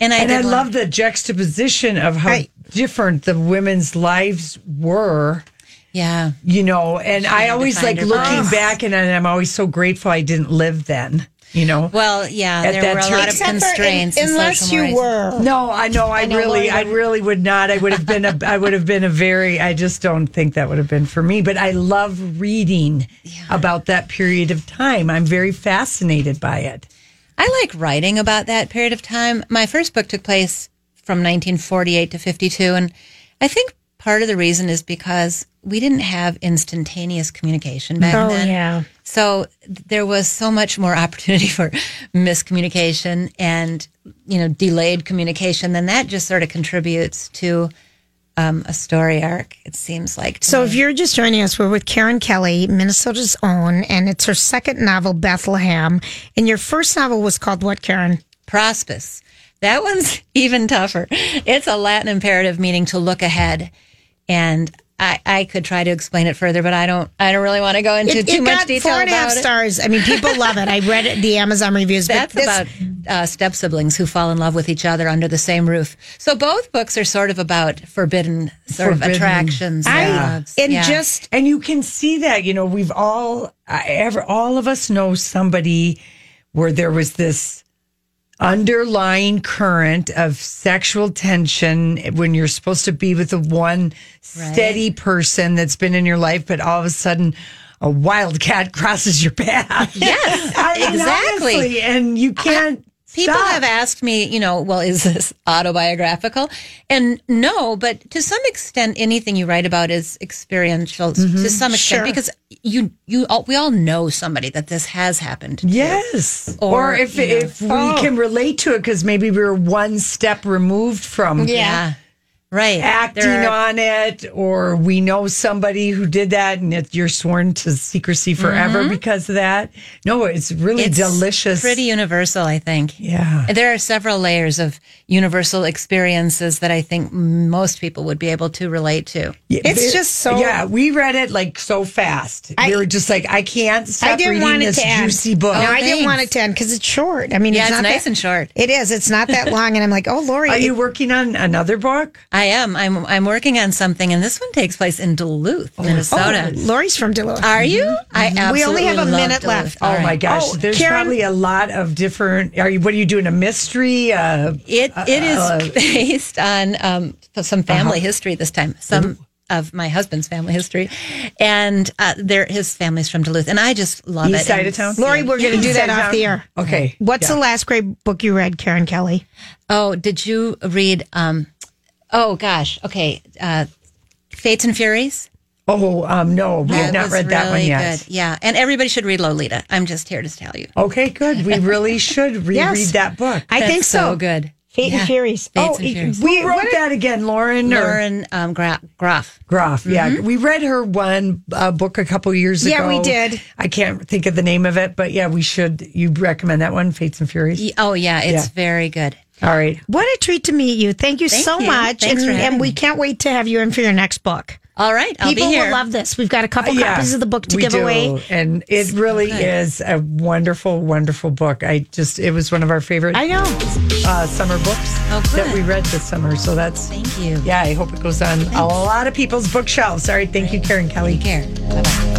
Speaker 13: And I
Speaker 4: and
Speaker 13: did
Speaker 4: I
Speaker 13: love-
Speaker 4: love the juxtaposition of how different the women's lives were.
Speaker 13: Yeah.
Speaker 4: You know, and
Speaker 13: She had
Speaker 4: I
Speaker 13: to
Speaker 4: always
Speaker 13: find
Speaker 4: like
Speaker 13: her
Speaker 4: looking
Speaker 13: place.
Speaker 4: back and I'm always so grateful I didn't live then, you know.
Speaker 13: Well, yeah,
Speaker 4: At
Speaker 13: there
Speaker 4: that
Speaker 13: were a
Speaker 4: time.
Speaker 13: lot of
Speaker 4: Except for in-
Speaker 13: constraints. and
Speaker 4: unless
Speaker 13: social
Speaker 4: you
Speaker 13: mores.
Speaker 4: were. No, I know I,
Speaker 13: I know,
Speaker 4: really
Speaker 13: Lori,
Speaker 4: I really would not. I would have been a I would have been a very I just don't think that would have been for me, but I love reading about that period of time. I'm very fascinated by it.
Speaker 13: I like writing about that period of time. My first book took place from 1948 to 52. And I think part of the reason is because we didn't have instantaneous communication back
Speaker 5: Oh,
Speaker 13: then.
Speaker 5: yeah.
Speaker 13: So there was so much more [LAUGHS] opportunity for miscommunication and, you know, delayed communication. Then that just sort of contributes to um, a story arc, it seems like.
Speaker 5: So, if you're just joining us, we're with Karen Kelly, Minnesota's own, and it's her second novel, Bethlehem. And your first novel was called what, Karen?
Speaker 13: Prospis. That one's [LAUGHS] even tougher. It's a Latin imperative meaning to look ahead. And I, I could try to explain it further, but I don't I don't really want to go into
Speaker 5: it,
Speaker 13: too
Speaker 5: it
Speaker 13: much
Speaker 5: got
Speaker 13: detail.
Speaker 5: Four and a half
Speaker 13: about it.
Speaker 5: stars. I mean, people love it. I read it, the Amazon reviews.
Speaker 13: That's
Speaker 5: but this,
Speaker 13: about uh, step siblings who fall in love with each other under the same roof. So both books are sort of about forbidden sort
Speaker 4: Forbidden.
Speaker 13: of attractions. and loves. Yeah.
Speaker 4: and you can see that you know we've all I- ever all of us know somebody where there was this underlying current of sexual tension when you're supposed to be with the one steady person that's been in your life but all of a sudden a wildcat [LAUGHS] crosses your path
Speaker 13: Yes,
Speaker 4: [LAUGHS] I mean,
Speaker 13: exactly.
Speaker 4: honestly, and you can't
Speaker 13: People have asked me, you know, well, is this autobiographical? And no, but to some extent, anything you write about is experiential
Speaker 4: Mhm.
Speaker 13: to some extent
Speaker 4: Sure.
Speaker 13: because you, you, all, we all know somebody that this has happened. to.
Speaker 4: Yes. Or,
Speaker 13: Or,
Speaker 4: if
Speaker 13: you know.
Speaker 4: if we
Speaker 13: Oh.
Speaker 4: can relate to it because maybe we're one step removed from
Speaker 13: Yeah. Yeah. Right.
Speaker 4: acting
Speaker 13: There are-
Speaker 4: on it, or we know somebody who did that, and it, you're sworn to secrecy forever
Speaker 13: Mhm.
Speaker 4: because of that. No, it's really
Speaker 13: It's
Speaker 4: delicious.
Speaker 13: Pretty universal, I think.
Speaker 4: Yeah.
Speaker 13: There are several layers of universal experiences that I think most people would be able to relate to.
Speaker 4: Yeah,
Speaker 13: It-
Speaker 4: it- Yeah, we read it like so fast. we were just like, I can't stop
Speaker 5: I didn't
Speaker 4: reading
Speaker 5: want it
Speaker 4: this
Speaker 5: to end.
Speaker 4: juicy book.
Speaker 5: No, I didn't want it to end because it's short. I mean,
Speaker 13: Oh, Yeah,
Speaker 5: it's,
Speaker 13: it's
Speaker 5: not
Speaker 13: nice
Speaker 5: that-
Speaker 13: and short.
Speaker 5: It is. It's
Speaker 13: [LAUGHS]
Speaker 5: not that long, and I'm like, oh, Lori,
Speaker 13: Are you
Speaker 4: working on another book?
Speaker 13: I am. I'm I'm working on something, and this one takes place in Duluth,
Speaker 5: Oh,
Speaker 13: Minnesota.
Speaker 5: Lori's from Duluth.
Speaker 13: Are you? I
Speaker 5: Mm-hmm. We only
Speaker 13: absolutely
Speaker 5: have a
Speaker 13: love
Speaker 5: minute
Speaker 13: Duluth.
Speaker 5: left.
Speaker 4: Oh
Speaker 13: All right.
Speaker 4: my gosh!
Speaker 13: Oh,
Speaker 4: There's
Speaker 13: Karen-
Speaker 4: probably a lot of different. Are you? What are you doing? A mystery? Uh,
Speaker 13: It it is
Speaker 4: uh,
Speaker 13: based on um, some family
Speaker 4: Uh-huh.
Speaker 13: history this time. Some of my husband's family history, and uh, there his family's from Duluth, and I just love it.
Speaker 5: East side
Speaker 13: And
Speaker 5: of town? Lori, we're gonna
Speaker 13: East
Speaker 5: do that
Speaker 13: side
Speaker 5: off the air.
Speaker 4: Okay.
Speaker 5: What's the last great book you read, Karen Kelly?
Speaker 13: Oh, did you read? Um, oh gosh. Okay. Uh, Fates and Furies.
Speaker 4: Oh um, no, we have not
Speaker 13: was
Speaker 4: read that one
Speaker 13: really
Speaker 4: yet.
Speaker 13: good. Yeah, and everybody should read Lolita. I'm just here to tell you.
Speaker 4: Okay, good. We
Speaker 13: [LAUGHS]
Speaker 4: really should reread
Speaker 13: Yes.
Speaker 4: that book.
Speaker 13: I think That's so so. good.
Speaker 5: Fate
Speaker 13: Yeah.
Speaker 5: and Furies.
Speaker 13: Fates
Speaker 5: oh,
Speaker 13: and
Speaker 5: it-
Speaker 13: Furies.
Speaker 5: we
Speaker 4: Who wrote
Speaker 5: what-
Speaker 4: that again, Lauren? or-
Speaker 13: Lauren um, Gra- Groff.
Speaker 4: Groff. Yeah,
Speaker 5: Mm-hmm.
Speaker 4: we read her one uh, book a couple years
Speaker 13: Yeah,
Speaker 4: ago.
Speaker 13: we did.
Speaker 4: I can't think of the name of it, but yeah, we should. You recommend that one, Fates and Furies?
Speaker 13: Y- Oh yeah, it's
Speaker 4: Yeah.
Speaker 13: very good.
Speaker 4: All right.
Speaker 5: What a treat to meet you. Thank you
Speaker 13: Thank
Speaker 5: so
Speaker 13: you.
Speaker 5: much.
Speaker 13: Thanks
Speaker 5: and,
Speaker 13: for having
Speaker 5: and we
Speaker 13: me.
Speaker 5: can't wait to have you in for your next book.
Speaker 13: All right, I'll be
Speaker 5: People
Speaker 13: here. Uh,
Speaker 5: will love this. We've got a couple
Speaker 4: Yeah,
Speaker 5: copies of the book to
Speaker 4: we
Speaker 5: give
Speaker 4: do.
Speaker 5: away.
Speaker 4: and it really is a wonderful, wonderful book. I just it was one of our favorite.
Speaker 5: I know
Speaker 4: uh, summer books
Speaker 13: Oh,
Speaker 4: that we read this summer. So that's
Speaker 13: thank you.
Speaker 4: Yeah, I hope it goes on a lot of people's bookshelves. All right, thank you, Karen Kelly.
Speaker 13: Take care. Bye bye.